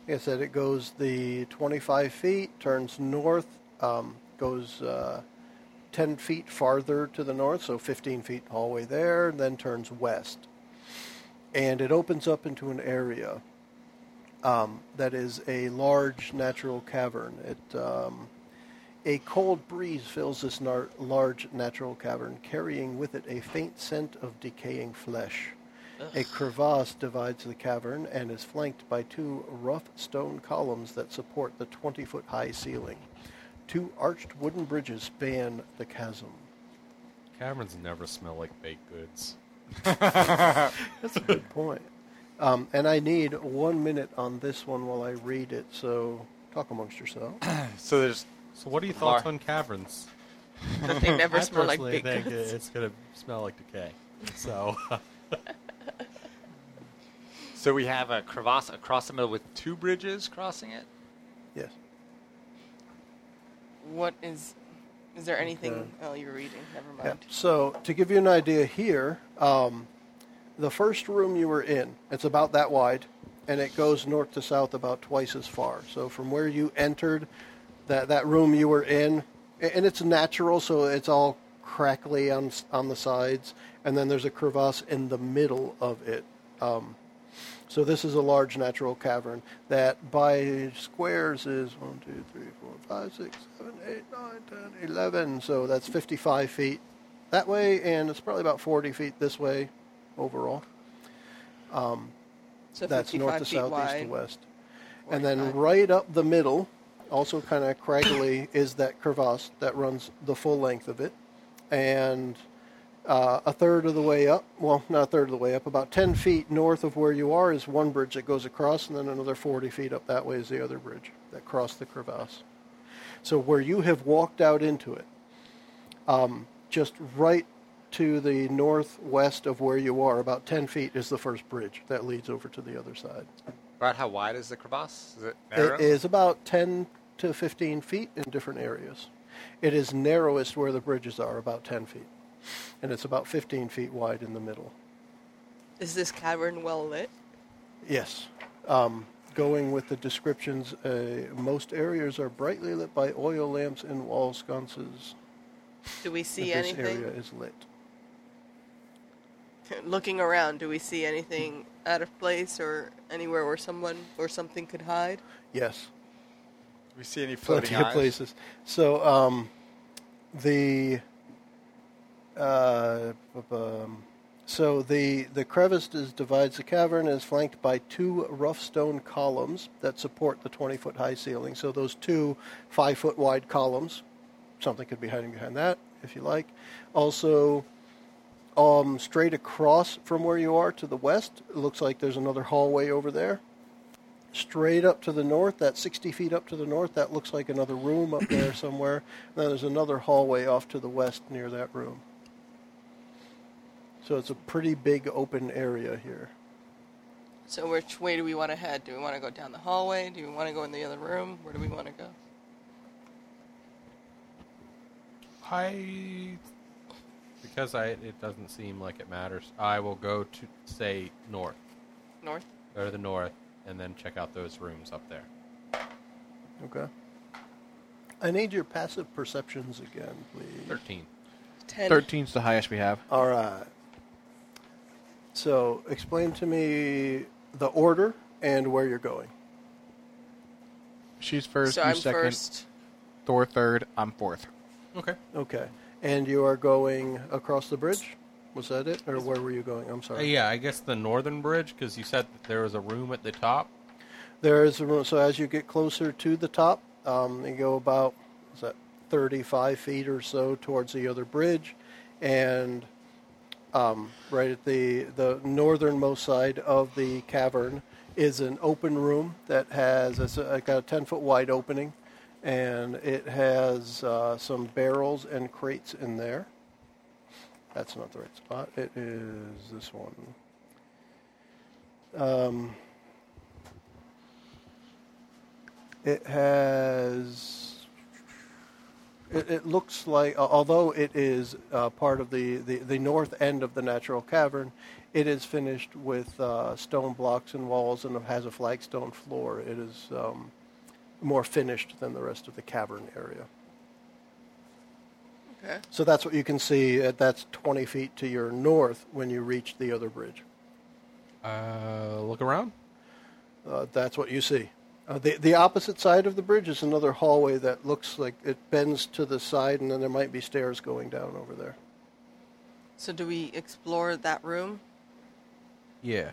C: like I said, it goes the 25 feet, turns north, um, goes uh, 10 feet farther to the north, so 15 feet hallway there, and then turns west, and it opens up into an area um, that is a large natural cavern. It um, a cold breeze fills this nar- large natural cavern, carrying with it a faint scent of decaying flesh. A crevasse divides the cavern and is flanked by two rough stone columns that support the 20 foot high ceiling. Two arched wooden bridges span the chasm.
F: Caverns never smell like baked goods.
C: That's a good point. Um, and I need one minute on this one while I read it, so talk amongst yourselves.
G: So there's
F: So what are your thoughts
G: Lar-
F: on caverns?
E: That they never
F: I
E: smell like
F: personally
E: big
F: think
E: guns.
F: it's gonna smell like decay. So
G: so we have a crevasse across the middle with two bridges crossing it.
C: Yes.
E: What is? Is there anything?
C: Okay.
E: Oh, you're reading. Never
C: Yeah.
E: mind.
C: So to give you an idea here, um, the first room you were in, it's about that wide, and it goes north to south about twice as far. So from where you entered, that that room you were in, a- and it's natural, so it's all crackly on s- on the sides, and then there's a crevasse in the middle of it. Um, so this is a large natural cavern that by squares is 1, 2, 3, 4, 5, 6, 7, 8, 9, 10, 11. So that's 55 feet that way, and it's probably about 40 feet this way overall.
E: So
C: that's
E: 55
C: north to
E: feet
C: south, east
E: wide.
C: to west. And then
E: 45.
C: right up the middle, also kind of craggly, is that crevasse that runs the full length of it. And uh, a third of the way up, well, not a third of the way up, about 10 feet north of where you are is one bridge that goes across, and then another 40 feet up that way is the other bridge that crossed the crevasse. So where you have walked out into it, um, just right to the northwest of where you are, about 10 feet is the first bridge that leads over to the other side.
G: About how wide is the crevasse? Is it narrow?
C: It is about 10 to 15 feet in different areas. It is narrowest where the bridges are, about 10 feet. And it's about 15 feet wide in the middle.
E: Is this cavern well lit?
C: Yes. Um, going with the descriptions, uh, most areas are brightly lit by oil lamps and wall sconces.
E: Do we see
C: this
E: anything?
C: area is lit.
E: Looking around, do we see anything out of place or anywhere where someone or something could hide?
C: Yes.
G: Do we see any floating
C: plenty of
G: eyes?
C: places. So um, the uh, um, so the the crevice is, divides the cavern and is flanked by two rough stone columns that support the twenty foot high ceiling. So those two five foot wide columns, something could be hiding behind that if you like. Also. Um, straight across from where you are to the west, it looks like there's another hallway over there straight up to the north, that 60 feet up to the north, that looks like another room up there somewhere. And then there's another hallway off to the west near that room. So it's a pretty big open area here.
E: So which way do we want to head? Do we want to go down the hallway? Do we want to go in the other room? Where do we want to go?
F: I, because I, it doesn't seem like it matters. I will go to say north,
E: North?
F: go to the north, and then check out those rooms up there.
C: Okay. I need your passive perceptions again, please.
F: Thirteen.
E: Ten.
D: 13's the highest we have.
C: All right. So explain to me the order and where you're going.
D: She's first.
E: so
D: you
E: I'm
D: second.
E: first.
D: Thor third. I'm fourth.
F: Okay.
C: Okay. And you are going across the bridge? Was that it? Or where were you going? I'm
F: Uh,
C: sorry.
F: yeah, I guess the northern bridge because you said that there was a room at the top.
C: There is a room. So as you get closer to the top, um, you go about is that 35 feet or so towards the other bridge, and um, right at the the northernmost side of the cavern is an open room that has it's a, like a 10 foot wide opening, and it has uh, some barrels and crates in there. That's not the right spot. It is this one. Um, It has. It, it looks like, al- although it is uh, part of the, the, the north end of the natural cavern, it is finished with uh, stone blocks and walls and has a flagstone floor. It is um, more finished than the rest of the cavern area.
E: Okay.
C: So that's what you can see. uh, That's 20 feet to your north when you reach the other bridge.
F: Uh, look around.
C: Uh, that's what you see. Uh, the the opposite side of the bridge is another hallway that looks like it bends to the side, and then there might be stairs going down over there.
E: So do we explore that room?
F: Yeah,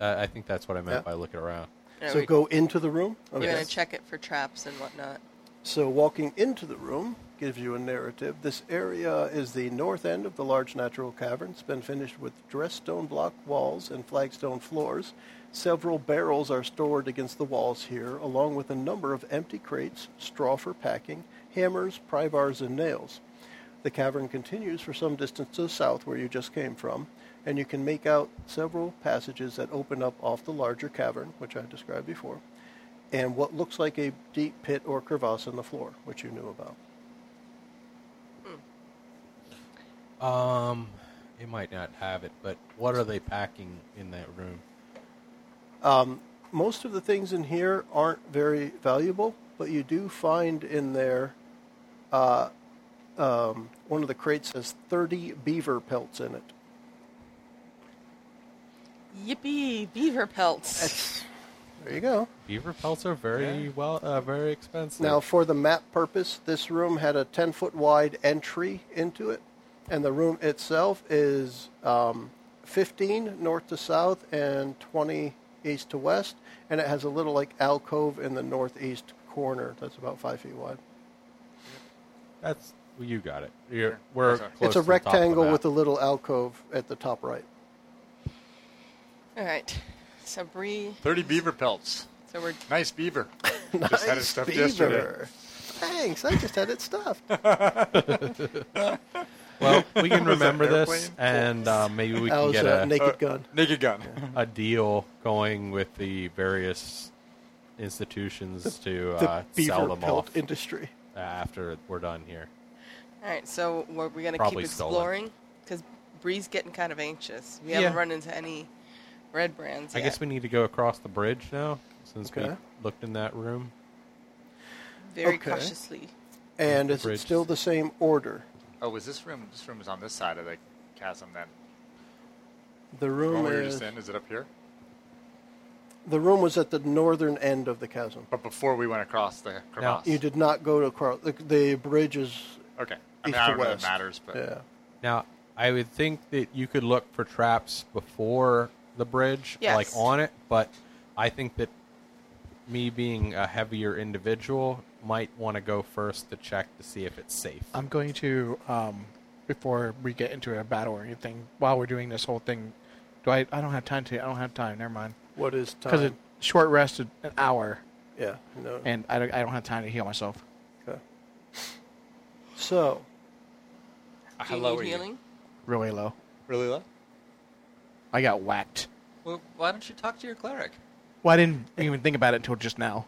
F: uh, I think that's what I meant
C: Yeah.
F: by looking around.
E: Yeah,
C: so
E: we,
C: go into the room.
E: We're
C: Okay.
E: gonna check it for traps and whatnot.
C: So walking into the room gives you a narrative. This area is the north end of the large natural cavern. It's been finished with dressed stone block walls and flagstone floors. Several barrels are stored against the walls here, along with a number of empty crates, straw for packing, hammers, pry bars, and nails. The cavern continues for some distance to the south where you just came from, and you can make out several passages that open up off the larger cavern, which I described before, and what looks like a deep pit or crevasse in the floor, which you knew about.
F: Um, it might not have it, but what are they packing in that room?
C: Most of the things in here aren't very valuable, but you do find in there uh, um, one of the crates has 30 beaver pelts in it.
E: Yippee! Beaver pelts.
C: There you go.
F: Beaver pelts are very well, uh, very expensive.
C: Now, for the map purpose, this room had a 10 foot wide entry into it, and the room itself is um, 15 north to south and 20 east to west, and it has a little like alcove in the northeast corner that's about five feet wide.
F: that's well, you got it. You're, we're close
C: it's
F: to
C: a
F: the top of the
C: rectangle
F: map.
C: with a little alcove at the top right.
E: All right. So Bree,
G: 30 beaver pelts.
E: so we're
G: Nice beaver.
C: Nice
G: had it stuffed yesterday.
C: beaver. Thanks, I just had it stuffed.
F: Well, we can
G: Was that
F: remember this,
G: airplane?
F: and uh, maybe we
C: I
F: can
C: was
F: get
C: a
F: a,
C: naked gun.
G: Naked gun.
F: a deal going with the various institutions to
C: The
F: uh, sell
C: beaver
F: them
C: pelt
F: off
C: industry.
F: after we're done here.
E: all right. So we're, we're gonna
F: Probably
E: keep
F: stolen.
E: exploring because Bree's getting kind of anxious. We haven't
F: Yeah.
E: run into any red brands.
F: I
E: yet.
F: guess we need to go across the bridge now, since we
C: Okay.
F: looked in that room.
E: very
C: Okay.
E: cautiously.
C: And is it
F: Bridge.
C: still the same order?
G: Oh, was this room? This room is on this side of the chasm then.
C: The
G: The
C: room
G: one we were
C: is
G: just in, is it up here?
C: The room was at the northern end of the chasm.
G: But before we went across the crevasse.
C: You did not go to across the, the bridge is
G: Okay. I
C: east
G: mean, I
C: to
G: don't know if
C: west.
G: it matters, but
C: yeah,
F: Now, I would think that you could look for traps before the bridge,
E: Yes.
F: like on it, but I think that me being a heavier individual might want to go first to check to see if it's safe.
D: I'm going to um, before we get into a battle or anything. While we're doing this whole thing, do I? I don't have time to. I don't have time. Never mind.
C: what is time?
D: Because it short rest an hour,
C: yeah, no.
D: and I don't, I don't have time to heal myself.
C: okay. So
E: Do you
G: Hello,
E: need
G: are you?
E: healing?
D: Really low.
G: really low?
D: I got whacked.
G: Well, why don't you talk to your cleric?
D: Well, I didn't even think about it until just now.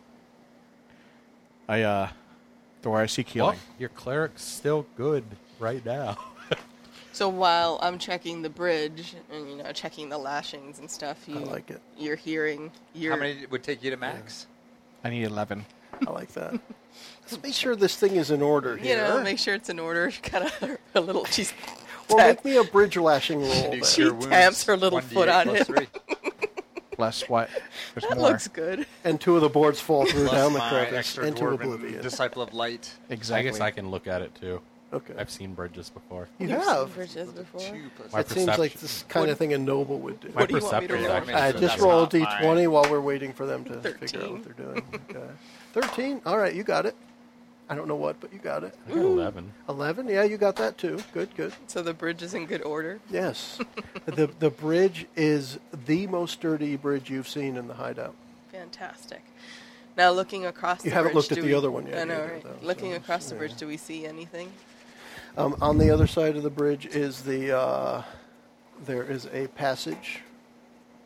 D: I uh, where I seek healing.
F: Well, your cleric's still good right now.
E: So while I'm checking the bridge and you know checking the lashings and stuff, you
C: like it.
E: You're hearing. You're
G: How many would take you to max?
D: I need eleven.
C: I like that. Let's make sure this thing is in order
E: you
C: here.
E: know make sure it's in order. Kind of a little. She's
C: Well, make me a bridge lashing roll.
G: Do
C: then.
E: She
G: cure wounds,
E: taps her little foot
G: 1d8
E: on
G: plus
E: it.
G: three.
D: Plus what? There's
E: that
D: more.
E: looks good.
C: and two of the boards fall through
G: Plus
C: down the
G: my
C: crevice
G: extra
C: into
G: dwarven
C: oblivion.
G: disciple of light.
D: exactly.
F: I guess I can look at it too.
C: Okay.
F: I've seen bridges before.
C: you
E: You've seen
C: have.
E: bridges before.
G: Two plus
F: My
C: It seems like
F: perception.
C: this kind of thing a noble would do.
F: My
E: do you want me to
F: perception is
E: roll?
F: actually
C: Uh,
F: good.
C: just
G: That's
C: roll a
G: not
C: d20 while we're waiting for them to figure out
E: Thirteen.
C: what they're doing. Okay. 13. All right, you got it. I don't know what, but you got it.
F: I got 11.
C: 11. Yeah, you got that too. Good, good.
E: So the bridge is in good order.
C: Yes. the the bridge is the most sturdy bridge you've seen in the hideout.
E: Fantastic. Now looking across.
C: You
E: the
C: haven't looked
E: bridge,
C: at
E: do
C: the
E: we-
C: other one yet
E: I know,
C: either,
E: right?
C: though,
E: looking
C: so
E: across
C: it's-
E: the bridge, do we see anything?
C: Um, on the other side of the bridge is the uh, there is a passage.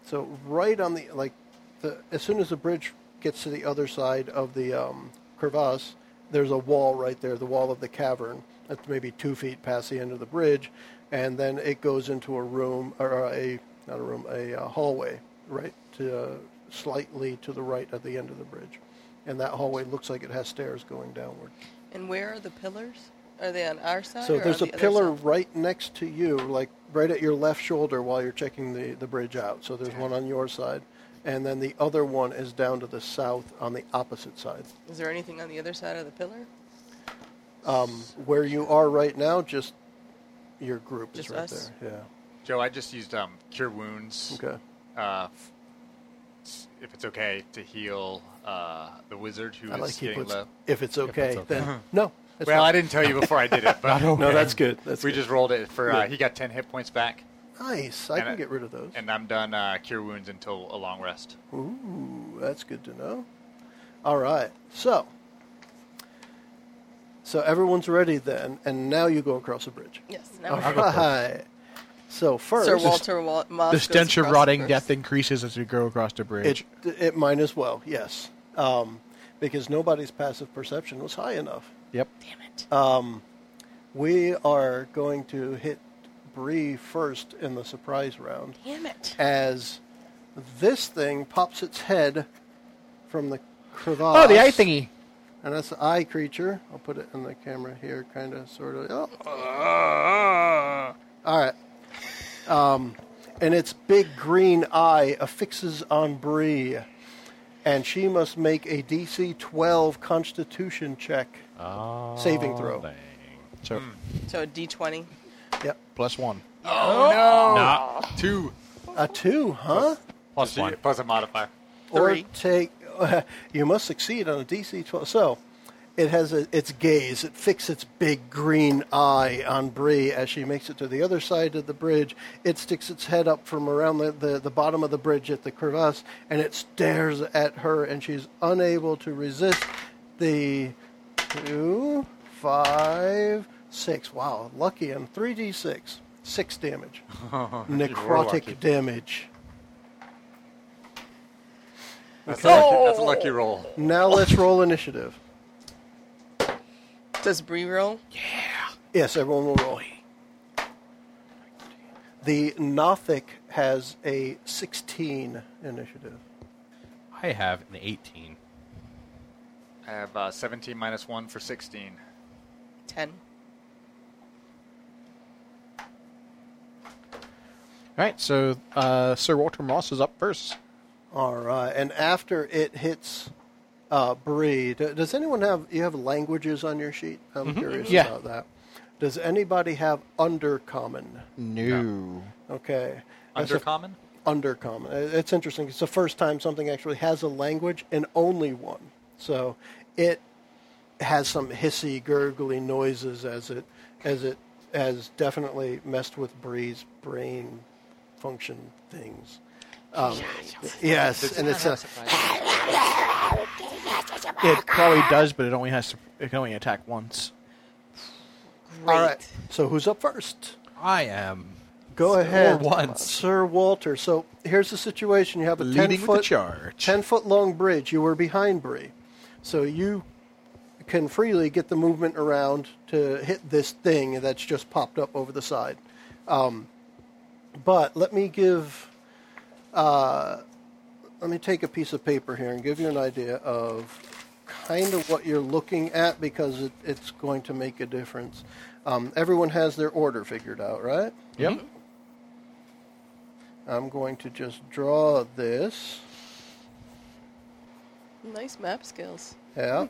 C: So right on the like the as soon as the bridge gets to the other side of the um, crevasse, there's a wall right there, the wall of the cavern. That's maybe two feet past the end of the bridge, and then it goes into a room or uh, a not a room a uh, hallway right to uh, slightly to the right at the end of the bridge, and that hallway looks like it has stairs going downward.
E: And where are the pillars? Are they on our side?
C: So
E: or
C: there's
E: on
C: a
E: the other
C: pillar
E: side?
C: right next to you, like right at your left shoulder while you're checking the, the bridge out. So there's one on your side. And then the other one is down to the south on the opposite side.
E: Is there anything on the other side of the pillar?
C: Um, where you are right now, just your group
E: Just
C: is right
E: us?
C: there.
G: Joe, I just used um, Cure Wounds.
C: Yeah. Okay.
G: Uh, f- s- if it's okay to heal uh, the wizard who is
C: I like he
G: getting
C: puts,
G: low.
C: if it's okay,
F: okay.
C: then no. it's
G: Uh-huh. Well,
C: not.
G: I didn't tell you before I did it, but
C: No, that's good. That's
G: we
C: good.
G: just rolled it for. Uh,
C: Good.
G: he got ten hit points back,
C: nice. I
G: and
C: can
G: I-
C: get rid of those.
G: and I'm done uh, Cure Wounds until a long rest.
C: Ooh, that's good to know. All right, so so everyone's ready then, and now you go across the bridge.
E: Yes.
C: All
E: Now we're-
C: right. So first,
E: Sir Walter Wa- Moss.
D: the
E: goes
D: stench of
E: across
D: rotting
E: first.
D: death increases as we go across the bridge.
C: it it might as well, yes, um, because nobody's passive perception was high enough.
D: yep.
E: Damn it.
C: We are going to hit Bree first in the surprise round.
E: Damn it.
C: as this thing pops its head from the crevasse.
D: Oh, the eye thingy.
C: And that's the eye creature. I'll put it in the camera here, kind of, sort of. Oh. All right. Um, and its big green eye affixes on Bree, and she must make a DC 12 Constitution check,
F: Oh,
C: saving throw.
F: dang.
D: So
G: Hmm.
E: So a D20.
C: Yep.
D: plus one.
C: Oh,
F: Nah, two
C: A two, huh?
F: plus one.
G: plus a modifier.
C: or
E: Three.
C: take you must succeed on a DC 12 so it has a, its gaze it fixes its big green eye on Bree as she makes it to the other side of the bridge it sticks its head up from around the, the, the bottom of the bridge at the crevasse and it stares at her and she's unable to resist the two five six wow lucky and 3d6 six damage necrotic damage
G: That's, a lucky, that's a lucky roll.
C: now let's roll initiative
E: Does Bree roll?
C: Yes, everyone will roll. The Nothic has a 16 initiative.
F: I have an 18.
G: I have uh, 17 minus one for 16.
E: 10.
D: All right, so uh, Sir Walter Moss is up first.
C: All right, and after it hits uh, Bree, d- does anyone have you have languages on your sheet? I'm curious
D: Yeah.
C: about that. Does anybody have undercommon?
D: No.
C: Okay, That's a-
G: Undercommon?
C: undercommon. I- It's interesting. It's the first time something actually has a language and only one. So it has some hissy, gurgly noises as it as it has definitely messed with Bree's brain function things. Um, yes, and it's a,
D: It probably does, but it only has to, it can only attack once.
E: Great.
C: all right. So who's up first?
F: I am.
C: Go ahead,
F: once.
C: Sir Walter. So here's the situation: you have a
D: Leading
C: ten
D: with
C: foot
D: the charge.
C: 10 foot long bridge. You were behind Bree. So you can freely get the movement around to hit this thing that's just popped up over the side. Um, but let me give. Uh, let me take a piece of paper here and give you an idea of kind of what you're looking at because it, it's going to make a difference. Um, everyone has their order figured out, right?
D: Yep.
C: I'm going to just draw this.
E: Nice map skills.
C: Yeah.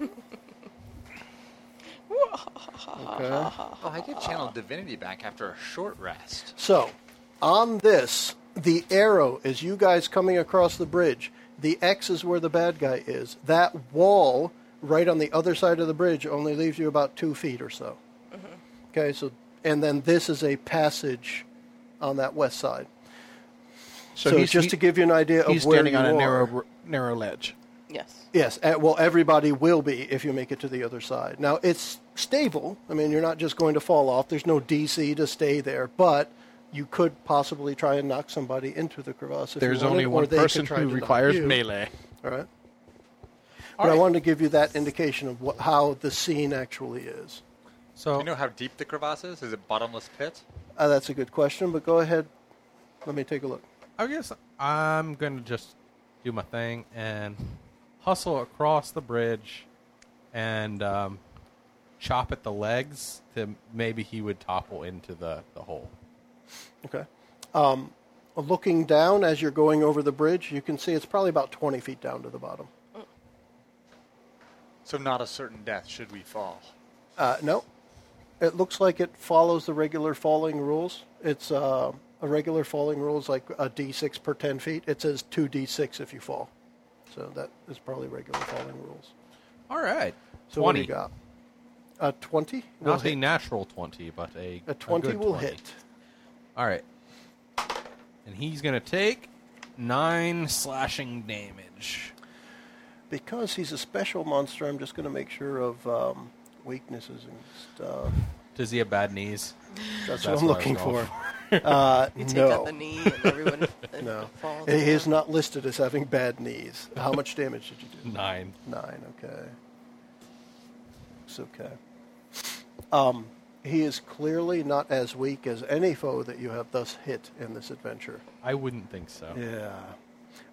E: Whoa.
C: Okay.
G: Oh, I get channel divinity back after a short rest.
C: So, on this, the arrow is you guys coming across the bridge. The X is where the bad guy is. That wall right on the other side of the bridge only leaves you about two feet or so. Okay, so and then this is a passage on that west side. So, just
D: he-
C: to give you an idea of
D: he's
C: where
D: standing
C: you
D: on a
C: are-
D: narrow r- narrow ledge.
E: Yes.
C: Yes, eh, well, everybody will be if you make it to the other side. Now, it's stable. I mean, you're not just going to fall off. There's no DC to stay there, but you could possibly try and knock somebody into the crevasse if
D: There's
C: you wanted,
D: only
C: or
D: one
C: they could
D: person
C: try
D: who
C: to knock
D: requires
C: you.
D: melee.
C: All right. but I wanted to give you that indication of what, how the scene actually is.
F: So
G: Do you know how deep the crevasse is? Is it bottomless pit?
C: Uh, that's a good question, but go ahead. Let me take a look.
F: I guess I'm gonna just do my thing and hustle across the bridge and um, chop at the legs to maybe he would topple into the, the hole.
C: Okay. Um, looking down as you're going over the bridge, you can see it's probably about 20 feet down to the bottom.
G: So not a certain death should we fall.
C: Uh, no. It looks like it follows the regular falling rules. It's uh, a regular falling rules like a d6 per 10 feet. It says 2d6 if you fall. So that is probably regular falling rules.
F: All right.
C: So what do
F: twenty.
C: you got? A 20?
F: Not a natural twenty, but a
C: A 20
F: good
C: will
F: 20.
C: hit.
F: All right. And he's gonna take nine slashing damage.
C: Because he's a special monster, I'm just going to make sure of um, weaknesses and stuff.
F: Does he have bad knees?
C: That's,
F: That's
C: what I'm
F: what I was
C: looking
F: going
C: for. uh,
E: You take out the
C: no.
E: knee and everyone
C: No.
E: falls.
C: He is not listed as having bad knees. How much damage did you do?
F: Nine.
C: Nine, okay. It's okay. Um, he is clearly not as weak as any foe that you have thus hit in this adventure.
F: I wouldn't think so.
C: Yeah.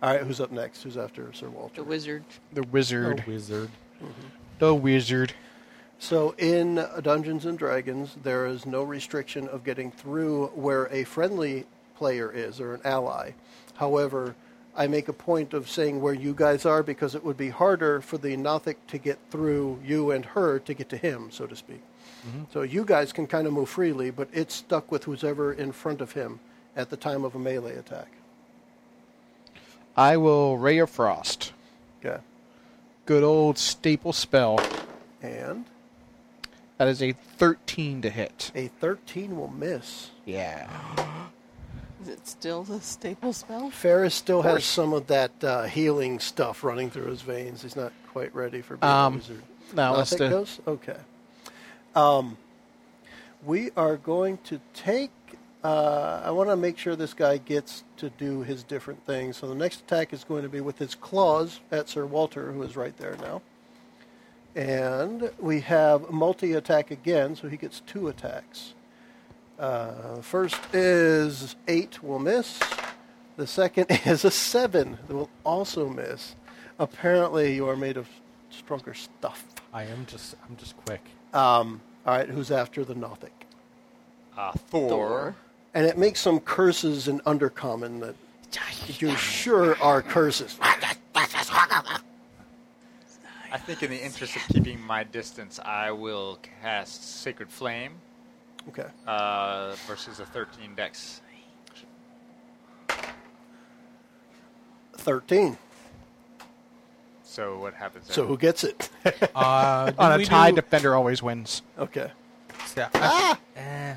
C: All right, who's up next? Who's after Sir Walter?
E: The wizard.
D: The wizard.
F: Wizard.
D: The wizard.
C: So, in Dungeons and Dragons, there is no restriction of getting through where a friendly player is or an ally. However, I make a point of saying where you guys are because it would be harder for the Nothic to get through you and her to get to him, so to speak. So, you guys can kind of move freely, but it's stuck with whoever in front of him at the time of a melee attack.
D: I will ray of frost.
C: Okay.
D: Good old staple spell.
C: And
D: That is a thirteen to hit.
C: a 13 will miss.
D: Yeah.
E: Is it still the staple spell?
C: Ferris still has some of that uh, healing stuff running through his veins. He's not quite ready for being
D: Um,
C: a wizard.
D: no,
C: Not
D: let's
C: that
D: do-
C: goes? Okay. Um, we are going to take. Uh, I want to make sure this guy gets to do his different things. So the next attack is going to be with his claws at Sir Walter, who is right there now. And we have multi attack again, so he gets two attacks. Uh, first is eight will miss. The second is a seven that will also miss. Apparently, you are made of stronger stuff.
F: I am just I'm just quick.
C: Um, all right, who's after the Nothic?
G: Uh, Thor.
E: Thor.
C: And it makes some curses in undercommon that you sure are curses.
G: I think in the interest of keeping my distance, I will cast Sacred Flame
C: Okay.
G: uh, versus a 13 dex.
C: 13.
G: So what happens there?
C: So who gets it?
F: Uh,
D: On
F: did
D: a
F: we
D: tie,
F: do-
D: defender always wins.
C: okay.
F: Yeah, I, eh,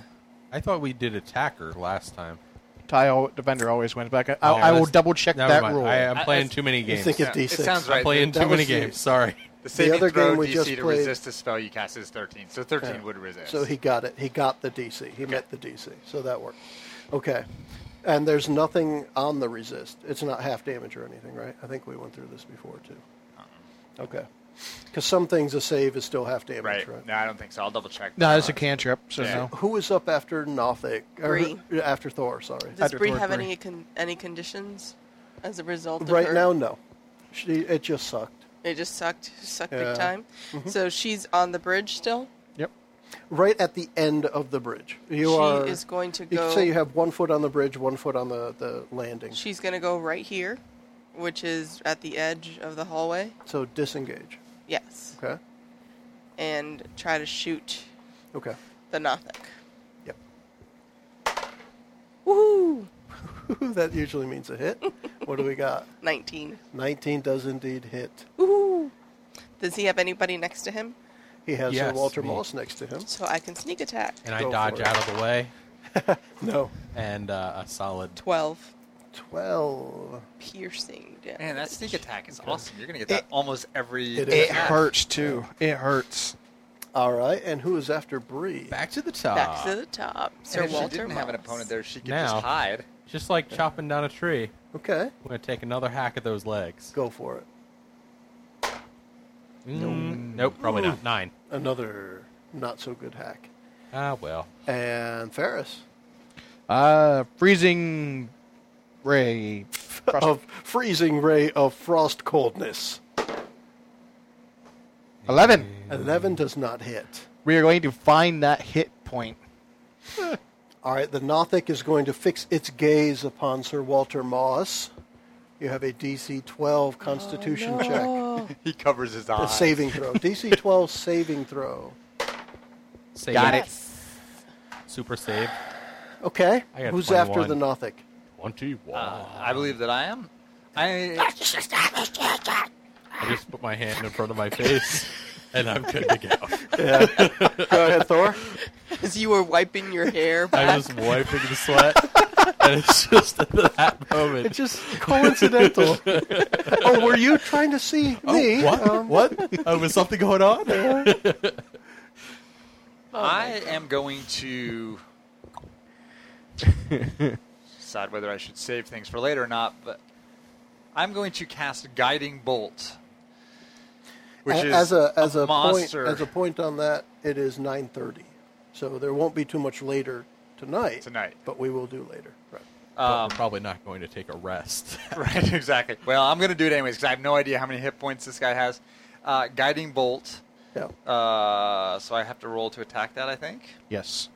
F: I thought we did attacker last time.
D: Tie, al- defender always wins. But I, I,
F: Oh,
D: I will
F: that's-
D: double check
F: never
D: that
F: mind.
D: rule.
F: I am
G: I-
F: playing
G: I-
F: too many games.
C: think
G: Yeah,
C: it's D6.
G: It sounds
F: I'm
G: right.
F: playing
C: that
F: too many
C: was the-
F: games. Sorry.
G: The saving
C: other
G: throw
C: game we
G: DC
C: just
G: to
C: played-
G: resist a spell you cast is 13. So 13 would resist.
C: So he got it. He got the DC. He met the DC. So that worked. Okay. And there's nothing on the resist. It's not half damage or anything, right? I think we went through this before, too. Okay. Because some things a save is still half damage,
G: right.
C: right?
G: No, I don't think so. I'll double check.
D: no, it's a cantrip, so
G: Yeah.
D: no.
C: Who is up after Nothic? or
E: Bree.
C: who- After Thor, sorry.
E: Does Bree
D: Thor,
E: have
D: Bree.
E: any con- any conditions as a result of
C: right
E: her-
C: now, no. She, it just sucked.
E: It just sucked. Sucked
C: Yeah. Mm-hmm.
E: big time. So she's on the bridge still.
D: Yep.
C: Right at the end of the bridge. You
E: she
C: are.
E: is going to
C: you
E: go.
C: can say you have one foot on the bridge, one foot on the, the landing.
E: she's going to go right here, which is at the edge of the hallway.
C: So disengage.
E: Yes.
C: Okay.
E: and try to shoot
C: Okay.
E: the Nothic.
C: Yep.
E: Woohoo!
C: that usually means a hit. what do we got?
E: 19.
C: 19 does indeed hit.
E: Woohoo! Does he have anybody next to him?
C: He has Sir
F: Yes,
C: Walter
F: me.
C: Moss next to him.
E: So I can sneak attack.
F: and I
C: Go
F: dodge
C: for it.
F: out of the way,
C: No.
F: and uh, a solid
E: 12.
C: 12.
E: Piercing damage.
G: Man, that sneak attack is awesome. You're gonna get that almost every.
C: It
D: It
C: is.
G: attack.
D: hurts too. It hurts.
C: All right. And who is after Bree?
F: back to the top.
E: Back to the top.
G: And
E: Sir
G: if
E: Walter
G: she didn't have an
E: Moss.
G: opponent there, she could
F: Now.
G: just hide.
F: Just like chopping down a tree.
C: Okay.
F: I'm gonna take another hack at those legs.
C: Go for it.
F: Mm, nope, probably not. Nine.
C: Another not so good hack.
F: Ah well.
C: And Ferris
D: Uh, freezing ray. Frost-
C: of freezing ray of frost coldness.
D: Eleven.
F: Mm.
C: 11 does not hit.
D: We are going to find that hit point.
C: All right, the Nothic is going to fix its gaze upon Sir Walter Moss. You have a DC 12 Constitution check.
G: He covers his
C: A
G: eyes.
C: saving throw. DC 12 saving throw.
F: Save
D: Got it.
F: Super save.
C: Okay.
F: I got
C: Who's
F: 21.
C: after the Nothic?
F: Twenty-one.
G: Uh, I believe that I am. I
F: I just put my hand in front of my face, and I'm good to go.
C: Go ahead, Thor.
E: As you were wiping your hair
F: I
E: back.
F: was wiping the sweat, and it's just at that moment.
C: It's just coincidental. oh, were you trying to see me?
F: Oh, what?
C: Um,
F: what? Uh, was something going on?
G: I am going to decide whether I should save things for later or not, but I'm going to cast Guiding Bolt. Which
C: a-
G: is
C: as a as a, point
G: monster
C: as a point on that, it is 9:30. So there won't be too much later tonight.
G: Tonight.
C: but we will do later. Right.
F: But we're Uh, probably not going to take a rest.
G: uh, Right, exactly. Well, I'm going to do it anyways because I have no idea how many hit points this guy has. Uh, guiding bolt.
C: Yeah.
G: Uh, so I have to roll to attack that, I think.
D: Yes.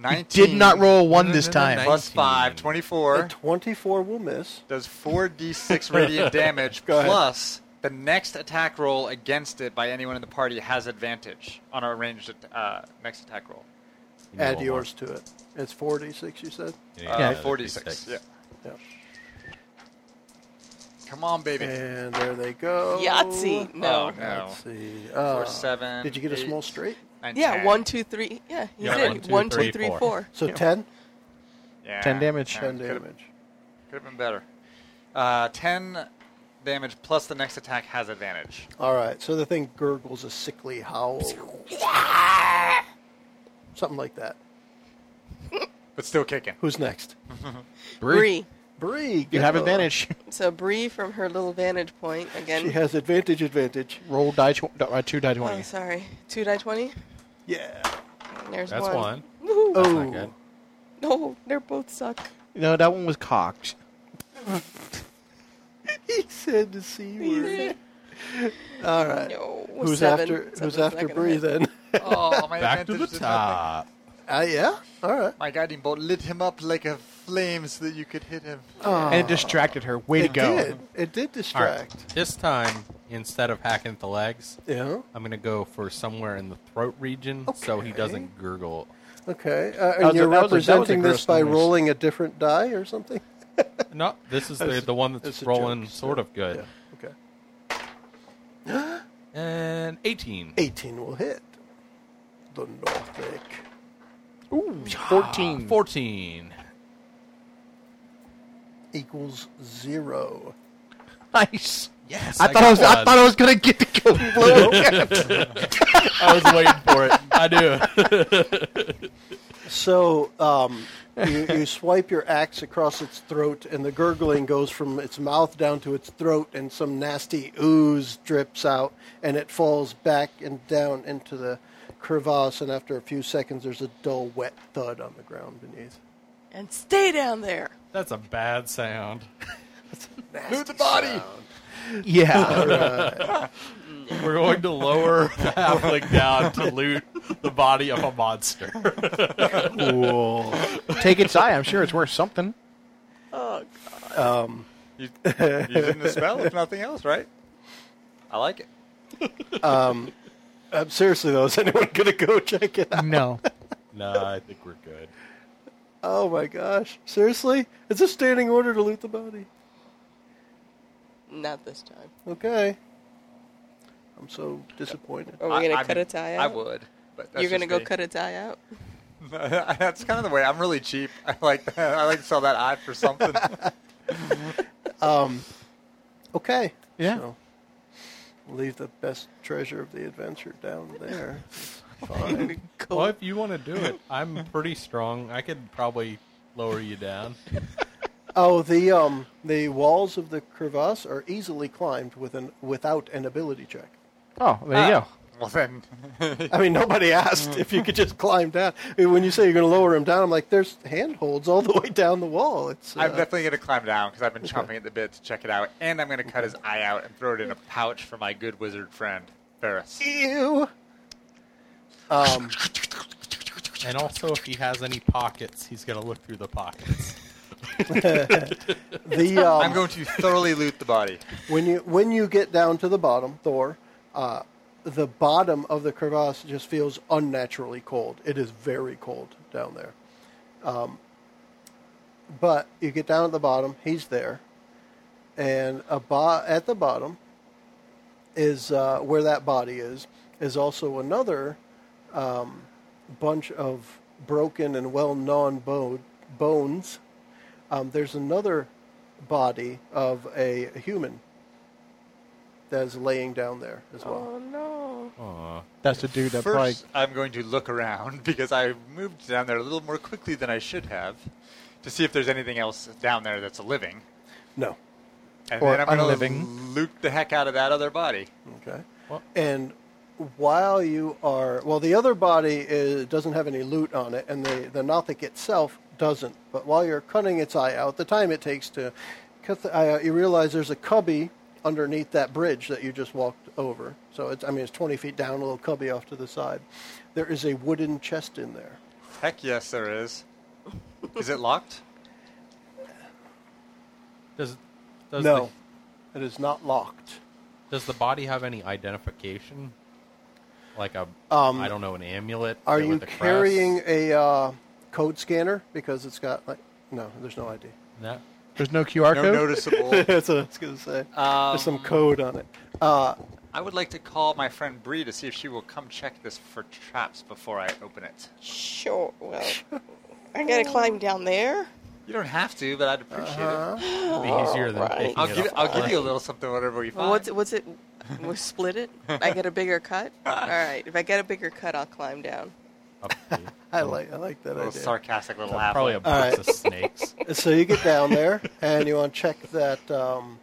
G: 19.
D: Did not roll a one this
F: No, no, no,
D: time.
F: no.
G: Plus 5, 24.
C: A 24 will miss.
G: does 4d6 radiant damage,
C: Go ahead.
G: plus the next attack roll against it by anyone in the party has advantage on a ranged at- uh, next attack roll.
F: You know
C: Add
F: I'm
C: yours to it. It's 46, you said?
F: not-
G: Uh,
D: Yeah.
G: 4d6. Yeah.
C: Yeah.
G: Come on, baby.
C: And there they go.
E: Yahtzee. No.
G: Oh, no.
C: Let's see.
G: Four,
C: Uh,
G: seven,
C: Did you get a
G: eight,
C: small straight?
G: nine,
E: yeah,
G: ten.
E: one, two, three. Yeah, you
F: Yeah,
E: did.
F: one, two,
E: One, two,
F: three,
E: three,
F: four.
E: four.
C: So 10?
G: Yeah.
D: 10 damage.
G: Yeah,
C: 10
G: could've-
C: damage.
G: Could have been better. Uh, 10 damage plus the next attack has advantage.
C: All right. So the thing gurgles a sickly howl. Something like that.
G: But still kicking.
C: Who's next?
E: Bree.
C: Bree.
D: You
C: get
D: have
C: up.
D: advantage.
E: So Bree from her little vantage point again.
C: She has advantage, advantage.
D: Roll die tw- uh, two die
E: oh,
D: twenty.
E: sorry. Two die twenty.
C: Yeah.
E: There's
F: That's
E: one.
F: one.
E: Woohoo.
C: oh.
F: not good.
E: No, they're both suck.
D: no, that one was cocked.
C: He said the C word. All right.
E: No.
C: Who's
E: seven.
C: after
E: Seven's
C: Who's
E: not
C: after
E: gonna
C: Bree
E: hit.
C: then?
G: Oh, my
F: Back to the
G: advantage is nothing.
F: top.
C: uh, yeah. All right.
G: My guiding bolt lit him up like a flame so that you could hit him.
D: and it distracted her. Way to
C: It
D: go.
C: did. It did
F: All right.
C: distract.
F: This time, instead of hacking at the legs,
C: Yeah.
F: I'm gonna go for somewhere in the throat region, so he
C: Okay.
F: doesn't gurgle.
C: Okay, uh,
D: was
C: and
D: a-
C: you're
D: that was a- that was a
C: representing this
D: gross
C: by
D: noise.
C: rolling a different die or something?
F: No, this is the, the one
C: It's
F: that's
C: a
F: rolling
C: joke,
F: sort
C: so-
F: of good.
C: yeah, Okay,
F: And 18.
C: 18 will hit. The Nordic.
D: Ooh,
F: Ah,
D: 14.
F: 14.
C: Equals zero.
D: Nice.
F: Yes.
D: I, thought I was. I thought I was gonna get the kill blow.
F: I was waiting for it. I knew.
C: So um, you, you swipe your axe across its throat, and the gurgling goes from its mouth down to its throat, and some nasty ooze drips out, and it falls back and down into the crevasse. And after a few seconds, there's a dull, wet thud on the ground beneath.
E: And stay down there.
F: That's a bad sound.
C: Move the body!
D: yeah.
F: We're going to lower the halfling down to loot the body of a monster.
D: Cool. Take its eye. I'm sure it's worth something.
C: Um,
G: You, using the spell, if nothing else, right? I like it.
C: Um, seriously though, is anyone going to go check it out?
D: No.
F: No, I think we're good.
C: Oh my gosh! Seriously, it's a standing order to loot the body.
E: Not this time.
C: Okay. I'm so disappointed.
E: Are we
G: I-
E: gonna
G: I'm-
E: cut a tie out?
G: I would. But that's
E: You're gonna
G: just
E: go
G: me.
E: cut a tie out?
G: that's kind of the way. I'm really cheap. I like that. I like to sell that eye for something.
C: Um, Okay.
D: Yeah.
C: So, leave the best treasure of the adventure down there. Fine.
F: Well, if you want to do it, I'm pretty strong. I could probably lower you down.
C: oh, the um, the walls of the crevasse are easily climbed with an without an ability check.
D: Oh, there you go.
G: well then,
C: I mean, nobody asked if you could just climb down. I mean, When you say you're going to lower him down, I'm like, there's handholds all the way down the wall. It's uh,
G: I'm definitely gonna climb down because I've been chomping at the bit to check it out, and I'm gonna cut his eye out and throw it in a pouch for my good wizard friend Ferris.
C: ew. Um,
F: And also, if he has any pockets, he's gonna look through the pockets.
C: the
G: I'm
C: um,
G: going to thoroughly loot the body.
C: when you when you get down to the bottom, Thor, uh, the bottom of the crevasse just feels unnaturally cold. It is very cold down there. Um, but you get down at the bottom. He's there, and a bo- at the bottom is uh, where that body is. Is also another um, bunch of broken and well gnawn bone, bones. Um, there's another body of a human that is laying down there as well.
E: Oh no.
F: Aw.
D: That's the dude that probably.
G: First, I'm going to look around because I moved down there a little more quickly than I should have to see if there's anything else down there that's a living.
C: No.
G: And
D: Or
G: then I'm gonna
D: unliving.
G: loot the heck out of that other body.
C: Okay.
F: What?
C: And while you are, well, the other body is, doesn't have any loot on it, and the, the Nothic itself doesn't. But while you're cutting its eye out, the time it takes to cut the eye out, you realize there's a cubby underneath that bridge that you just walked over. So, it's, I mean, it's 20 feet down, a little cubby off to the side. There is a wooden chest in there.
G: Heck yes, there is. Is it locked?
F: Does does
C: no,
F: the,
C: it is not locked.
F: does the body have any identification? Like a
C: Um,
F: I don't know an amulet.
C: Are
F: with
C: you
F: a crest?
C: carrying a uh, code scanner? Because it's got, like, no, there's no ID.
F: No.
D: There's no QR
G: No
D: code.
G: noticeable.
C: That's what I was going to say.
G: Um,
C: There's some code on it. Uh,
G: I would like to call my friend Bree to see if she will come check this for traps before I open it.
E: Sure. Well, I gotta climb down there.
G: You don't have to, but I'd appreciate
D: Uh-huh.
G: it.
F: It'd be easier than
E: Alright.
F: picking
G: I'll
F: it
G: give
F: up.
G: I'll give you a little something whatever we find.
E: Well, what's it? What's it? We split it. I get a bigger cut. All right. If I get a bigger cut, I'll climb down.
F: Up to you.
C: I like I like that
G: a little
C: idea.
G: sarcastic little laugh.
F: Probably a box of snakes.
C: So you get down there and you want to check that um,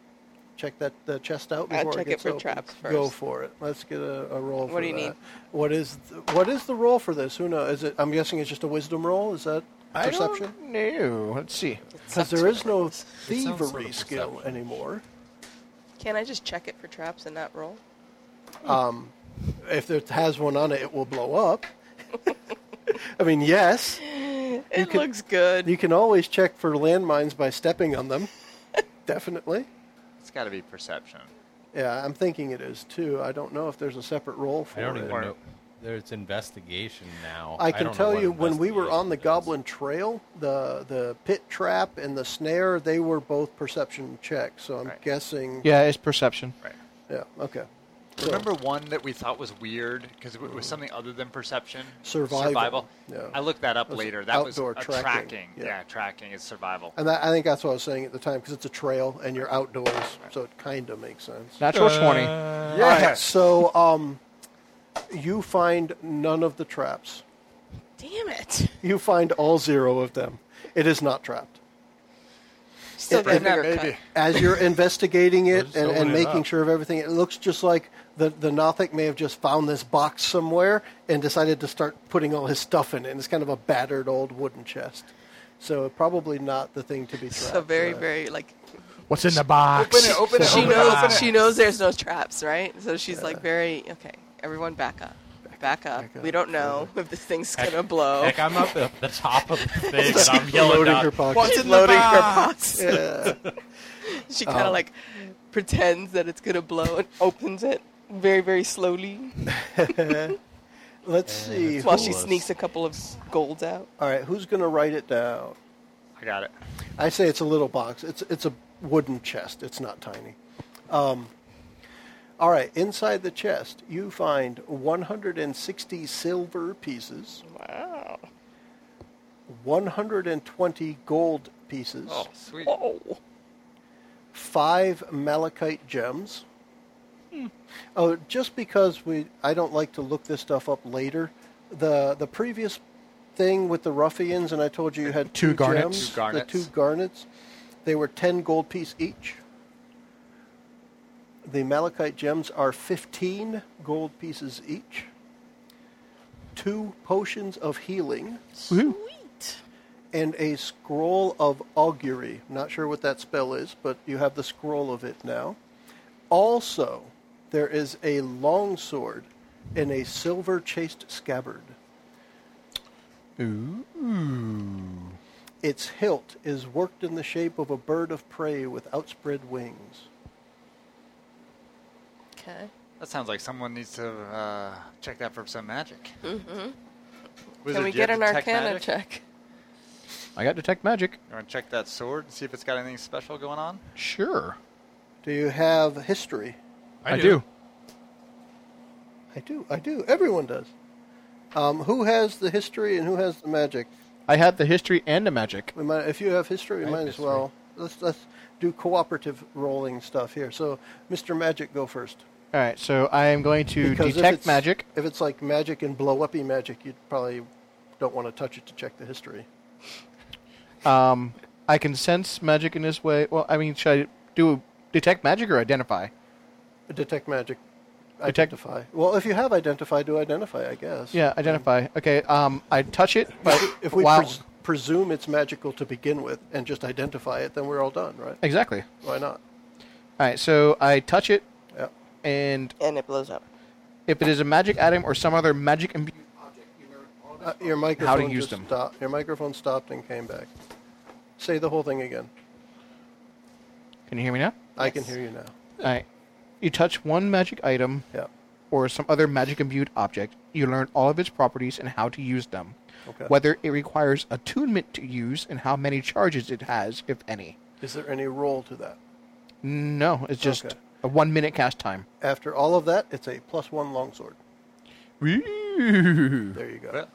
C: check that the chest out
E: I'll
C: before
E: check
C: it
E: it
C: gets
E: for
C: open.
E: traps
C: Go
E: first.
C: for it. Let's get a, a roll.
E: What
C: for
E: do you
C: that.
E: need?
C: What is th- what is the roll for this? Who knows? Is it? I'm guessing it's just a wisdom roll. Is that perception?
D: No. Let's see.
C: Because there is no
F: some sort
C: thievery
F: of
C: skill
F: perception.
C: anymore.
E: Can I just check it for traps and not roll?
C: If it has one on it, it will blow up. I mean, yes,
E: It looks good.
C: you can always check for landmines by stepping on them. Definitely.
G: It's got to be perception.
C: Yeah, I'm thinking it is too. I don't know if there's a separate role for
F: I don't
C: it.
F: even know. There's investigation now.
C: I can
F: don't know
C: tell
F: what
C: you when we were on the
F: investigation is.
C: Goblin Trail, the the pit trap and the snare, they were both perception checks. So I'm
G: Right.
C: guessing.
D: Yeah, it's perception.
G: Right.
C: Yeah, Okay. So,
G: Remember one that we thought was weird because it was something other than perception?
C: Survival. Yeah.
G: I looked that up
C: was
G: later. That was
C: outdoor
G: a
C: tracking.
G: tracking.
C: Yeah.
G: Yeah. tracking is survival.
C: And that, I think that's what I was saying at the time because it's a trail and you're outdoors, so it kind of makes sense.
D: Natural
C: All right, so um, you find none of the traps.
E: Damn it!
C: You find all zero of them. It is not trapped.
E: Still get a
G: Isn't that
E: bigger
G: maybe?
E: cut.
C: as you're investigating
F: We're
C: it
F: just
C: and, and
F: opening it
C: making
F: up.
C: sure of everything, it looks just like the, the Nothic may have just found this box somewhere and decided to start putting all his stuff in it. And it's kind of a battered old wooden chest. So probably not the thing to be trapped.
E: So very,
C: uh,
E: very like
D: What's in the box?
G: Open it, open it,
E: she
G: open it, open
E: knows
G: it.
E: she knows there's no traps, right? So she's like very okay. Everyone, back up, back up.
C: back up.
E: We don't know if this thing's gonna blow.
F: Heck, I'm up at the top of the thing and I'm yelling
C: Loading
F: out,
C: her pocket.
F: "What's in the
E: Loading her box.
F: box?"
C: Yeah.
E: She kind of like pretends that it's gonna blow and opens it. very, very slowly
C: Let's see.
E: while
C: who-
E: she sneaks a couple of golds out.
C: All right, who's going to write it down?
G: I got it.
C: I say it's a little box. It's it's a wooden chest. It's not tiny. Um, all right, inside the chest, you find 160 silver pieces,
E: Wow.
C: 120 gold pieces,
G: Oh, sweet.
E: Oh.
C: five malachite gems.
G: Hmm.
C: Oh, just because we, I don't like to look this stuff up later. The the previous thing with the ruffians, and I told you you had
D: Two
C: two,
D: garnets.
C: gems,
G: Two garnets.
C: the two garnets. They were ten gold piece each. The malachite gems are fifteen gold pieces each. Two potions of healing
D: Woohoo.
E: Sweet.
C: and a scroll of augury. Not sure what that spell is, but you have the scroll of it now. Also, there is a longsword and a silver chased scabbard.
D: Ooh.
C: Its hilt is worked in the shape of a bird of prey with outspread wings.
E: Okay.
G: That sounds like someone needs to uh, check that for some magic. Mm-hmm.
E: Can we get an arcana check?
D: I got detect magic.
G: You want to check that sword and see if it's got anything special going on?
D: Sure.
C: Do you have history?
D: I do.
C: I do, I do. Everyone does. Um, who has the history and who has the magic?
D: I had the history and the magic.
C: We might, if you have history, we
D: I have
C: might as
D: history.
C: well. Let's let's do cooperative rolling stuff here. So, Mr. Magic, go first.
D: All right, so I am going to
C: Because if
D: detect
C: it's-
D: magic.
C: If it's like magic and blow uppy magic, you probably don't want to touch it to check the history.
D: Um, I can sense magic in this way. Well, I mean, should I do detect magic or identify?
C: Detect magic.
D: Detect-
C: Identify. Well, if you have identify, do identify, I guess.
D: Yeah, identify. Okay. Um, I touch it, but
C: If we
D: wow,
C: pres- presume it's magical to begin with and just identify it, then we're all done, right?
D: exactly.
C: Why not?
D: All right, so I touch it,
C: Yeah.
D: and
E: And it blows up.
D: if it is a magic item or some other magic imbued object, you learn all about
C: Uh, your microphone
D: How to use
C: just
D: them.
C: stopped. Your microphone stopped and came back. Say the whole thing again.
D: it. Can you hear me now?
C: I can hear you now.
D: All right. You touch one magic item
C: Yeah.
D: or some other magic imbued object, you learn all of its properties and how to use them.
C: Okay.
D: Whether it requires attunement to use and how many charges it has, if any.
C: Is there any roll to that?
D: No, it's just
C: Okay.
D: a one minute cast time.
C: After all of that, it's a plus one longsword.
D: Woo.
C: There you go.
G: Well,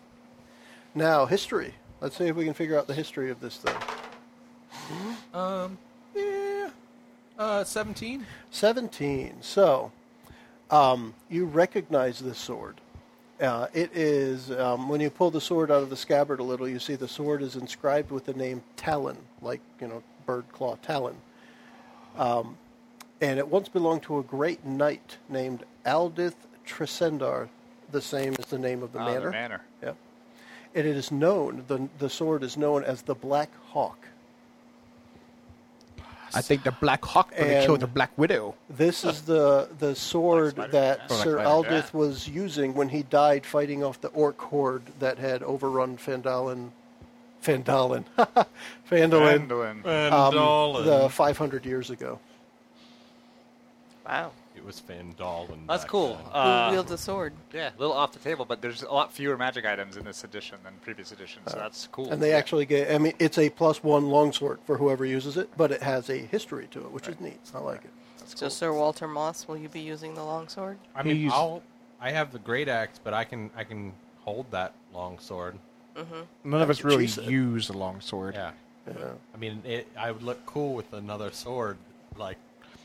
C: Now, history. Let's see if we can figure out the history of this thing.
F: Um, yeah. Uh, 17?
C: 17. So, um, you recognize this sword. Uh, it is, um, when you pull the sword out of the scabbard a little, you see the sword is inscribed with the name Talon, like, you know, bird claw Talon. Um, and it once belonged to a great knight named Aldith Tresendar, the same as the name of the
G: ah,
C: manor.
G: the manor.
C: Yep. And it is known, the, the sword is known as the Black Hawk.
D: I think the Black Hawk would
C: And-
D: have killed the Black Widow.
C: This is the the sword
G: Black Spider,
C: that
G: yeah.
C: Sir
G: Black Spider,
C: Aldith
G: yeah.
C: was using when he died fighting off the orc horde that had overrun Fandalin. Fandalin. Fandolin.
G: Mandolin.
C: Um, the 500 years ago.
E: Wow.
F: it was Fandolin.
G: That's
F: back
G: cool.
F: then.
E: Who
G: Uh,
E: wields a sword?
G: yeah, a little off the table, but there's a lot fewer magic items in this edition than previous editions, so that's cool.
C: Uh, And they
G: Yeah.
C: actually get, I mean, it's a plus one longsword for whoever uses it, but it has a history to it, which is neat. I like it.
G: That's
E: So,
G: cool.
E: Sir Walter Moss, will you be using the longsword?
F: I mean,
D: He's-
F: I'll, I have the great axe, but I can I can hold that long sword.
D: None of us
C: That's what she
D: really
C: said.
D: use the longsword.
F: Yeah.
C: Yeah.
F: I mean, it, I would look cool with another sword, like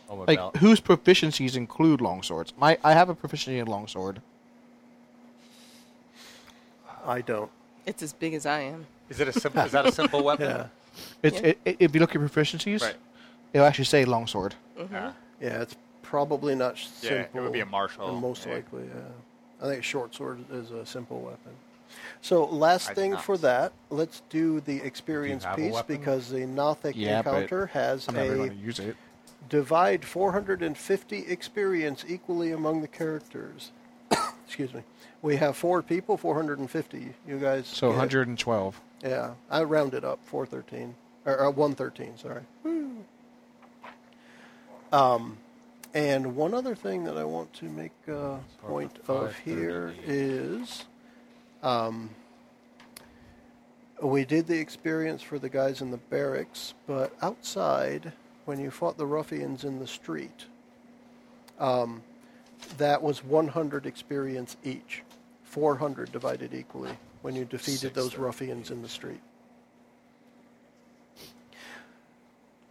F: on my
D: Like
F: belt.
D: whose proficiencies include longswords? My I have a proficiency in longsword.
C: I don't.
E: It's as big as I am.
G: Is it a simple? is that a simple weapon?
C: Yeah.
D: It's
E: Yeah.
D: it, it- if you look at proficiencies,
G: Right.
D: it'll actually say longsword.
G: Yeah.
C: Yeah, it's probably not
G: Yeah, it
C: simple.
G: would be a martial,
C: and Most
G: yeah.
C: likely, yeah. I think short sword is a simple weapon. So last
G: I did
C: thing
G: not.
C: for that, let's do the experience
F: have a
C: piece
F: weapon?
C: because the Nothic
D: Yeah, but
C: encounter has
D: I'm never
C: a
D: going to use it.
C: divide 450 experience equally among the characters. Excuse me. We have four people, 450. You guys.
D: So
C: get it.
D: 112.
C: Yeah, I rounded up 413 or, or 113, sorry. Um, And one other thing that I want to make a point of here is um, we did the experience for the guys in the barracks, but outside, when you fought the ruffians in the street, um, that was 100 experience each, 400 divided equally when you defeated those ruffians in the street.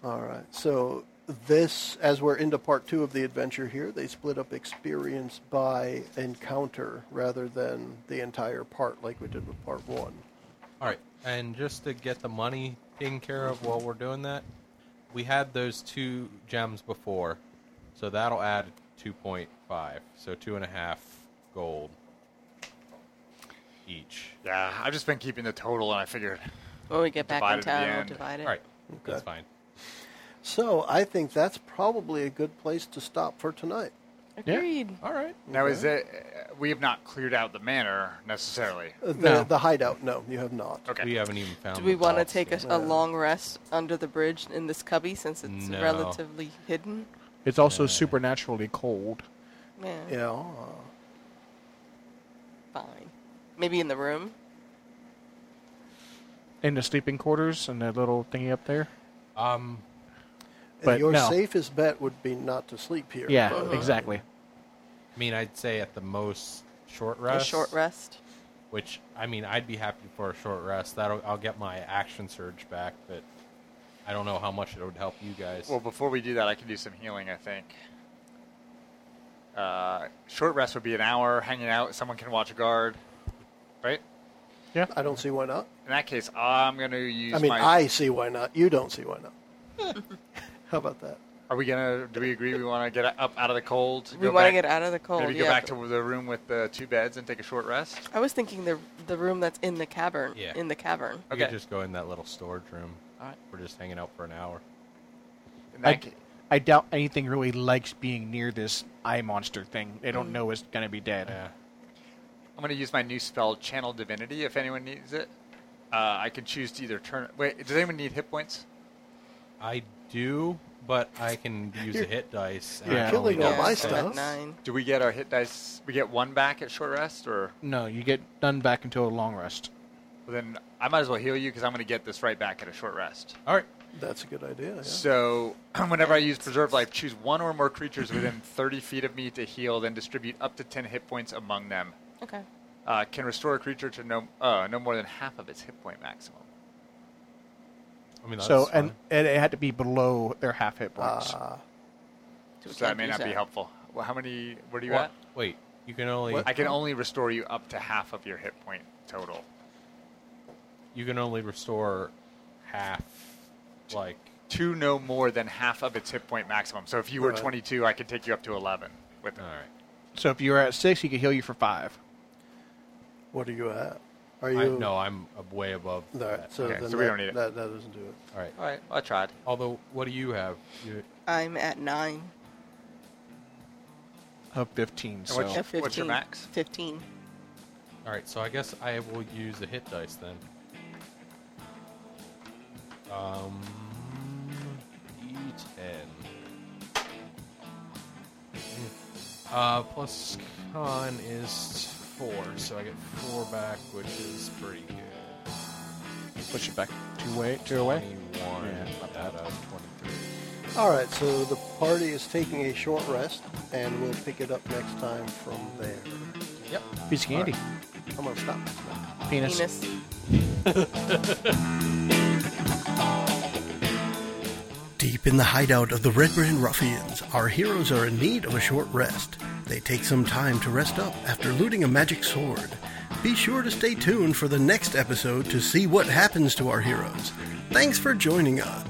C: All right. So this, as we're into part two of the adventure here, they split up experience by encounter rather than the entire part, like we did with part one.
F: All right, and just to get the money taken care of while we're doing that, we had those two gems before, so that'll add two point five, so two and a half gold each.
G: Yeah, I've just been keeping the total, and I figured
E: When we get back
G: Divide
E: in
G: at the
E: town, we'll
G: end.
E: divide it.
F: All right, that's fine.
C: So I think that's probably a good place to stop for tonight.
E: Agreed.
F: All right,
G: now is it uh, we have not cleared out the manor necessarily.
C: Uh, The,
D: No.
C: the hideout, no, you have not.
G: Okay.
F: we haven't even found.
E: Do we
F: the
E: want to
F: vaults
E: take a,
F: yet.
E: a long rest under the bridge in this cubby since it's
F: No.
E: relatively hidden?
D: It's also supernaturally cold.
E: Yeah,
C: Yeah. uh,
E: fine. Maybe in the room.
D: In the sleeping quarters and that little thingy up there.
F: Um,
D: But
C: your
D: no.
C: safest bet would be not to sleep here.
D: Yeah,
C: but- uh,
D: exactly.
F: I mean, I'd say at the most short
E: A
F: rest.
E: short rest.
F: Which I mean, I'd be happy for a short rest. That'll I'll get my action surge back, but I don't know how much it would help you guys.
G: Well, before we do that, I can do some healing. I think. Uh, short rest would be an hour hanging out. Someone can watch a guard, right?
C: I don't see why not.
G: In that case, I'm gonna use.
C: I mean,
G: my,
C: I see why not. You don't see why not. How about that?
G: Are we gonna? Do we agree? We want to get up out of the cold.
E: We
G: go
E: want to
G: back-
E: get out of the cold.
G: Maybe
E: yeah.
G: go back to the room with the two beds and take a short rest.
E: I was thinking the the room that's in the cavern.
F: Yeah.
E: In the cavern.
F: we could
G: okay.
F: just go in that little storage room.
G: All right.
F: We're just hanging out for an hour.
G: In
D: I,
G: that ca-
D: I doubt anything really likes being near this eye monster thing. They don't know it's going to be dead.
F: Yeah.
G: I'm going to use my new spell, Channel Divinity, if anyone needs it. Uh, I can choose to either turn. Wait, does anyone need hit points?
F: I do, but I can use a hit dice. and
D: you're
F: I
C: killing
F: only
C: all
F: got
E: yeah,
C: my
E: it's
F: six.
E: at
C: stuff.
E: Nine.
G: Do we get our hit dice? We get one back at short rest, or
D: No, you get done back until a long rest.
G: well, then I might as well heal you because I'm going to get this right back at a short rest.
F: All right.
C: That's a good idea. Yeah.
G: So, whenever I use Preserve Life, choose one or more creatures within 30 feet of me to heal, then distribute up to 10 hit points among them.
E: Okay.
G: Uh, can restore a creature to no uh, no more than half of its hit point maximum.
F: I mean, that's
D: so
F: fine.
D: and, and it had to be below their half hit points.
C: Ah,
E: So we
G: So that
E: can't
G: may
E: use
G: not be
E: that.
G: helpful. Well, how many? What are you
F: What?
G: at?
F: Wait, you can only
G: I can only restore you up to half of your hit point total.
F: you can only restore half, like
G: Two no more than half of its hit point maximum. So if you were
C: Right.
G: 22, I could take you up to 11 with it.
F: all right.
D: so if you were at six, he could heal you for five.
C: what are you at? Are
F: I,
C: you?
F: no, I'm ab- way above.
C: All right,
F: that.
C: so
G: Okay,
C: then
G: so
C: that,
G: we don't need it.
C: That, that doesn't do it.
F: all right.
G: All right, well, I tried.
F: Although, what do you have? You,
E: I'm at nine.
D: Of fifteen. So
G: what's
E: At
G: What's
E: fifteen.
G: your max?
E: Fifteen.
F: all right. So I guess I will use the hit dice then. Um, d10. Uh, plus con is four, so I get four back, which is pretty good.
D: push it back two way two away.
F: 21
D: Yeah, not
F: out of 23.
C: All right, so the party is taking a short rest, and we'll pick it up next time from there.
F: Yep.
D: Piece of candy.
C: I'm gonna stop. this now.
D: Penis.
E: Penis.
A: Deep in the hideout of the Red Brand Ruffians, our heroes are in need of a short rest. They take some time to rest up after looting a magic sword. Be sure to stay tuned for the next episode to see what happens to our heroes. Thanks for joining us.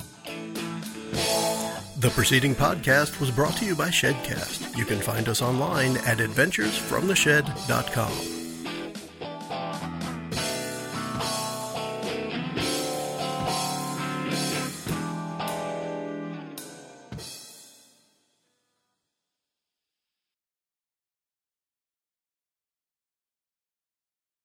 A: The preceding podcast was brought to you by Shedcast. You can find us online at adventuresfromtheshed.com.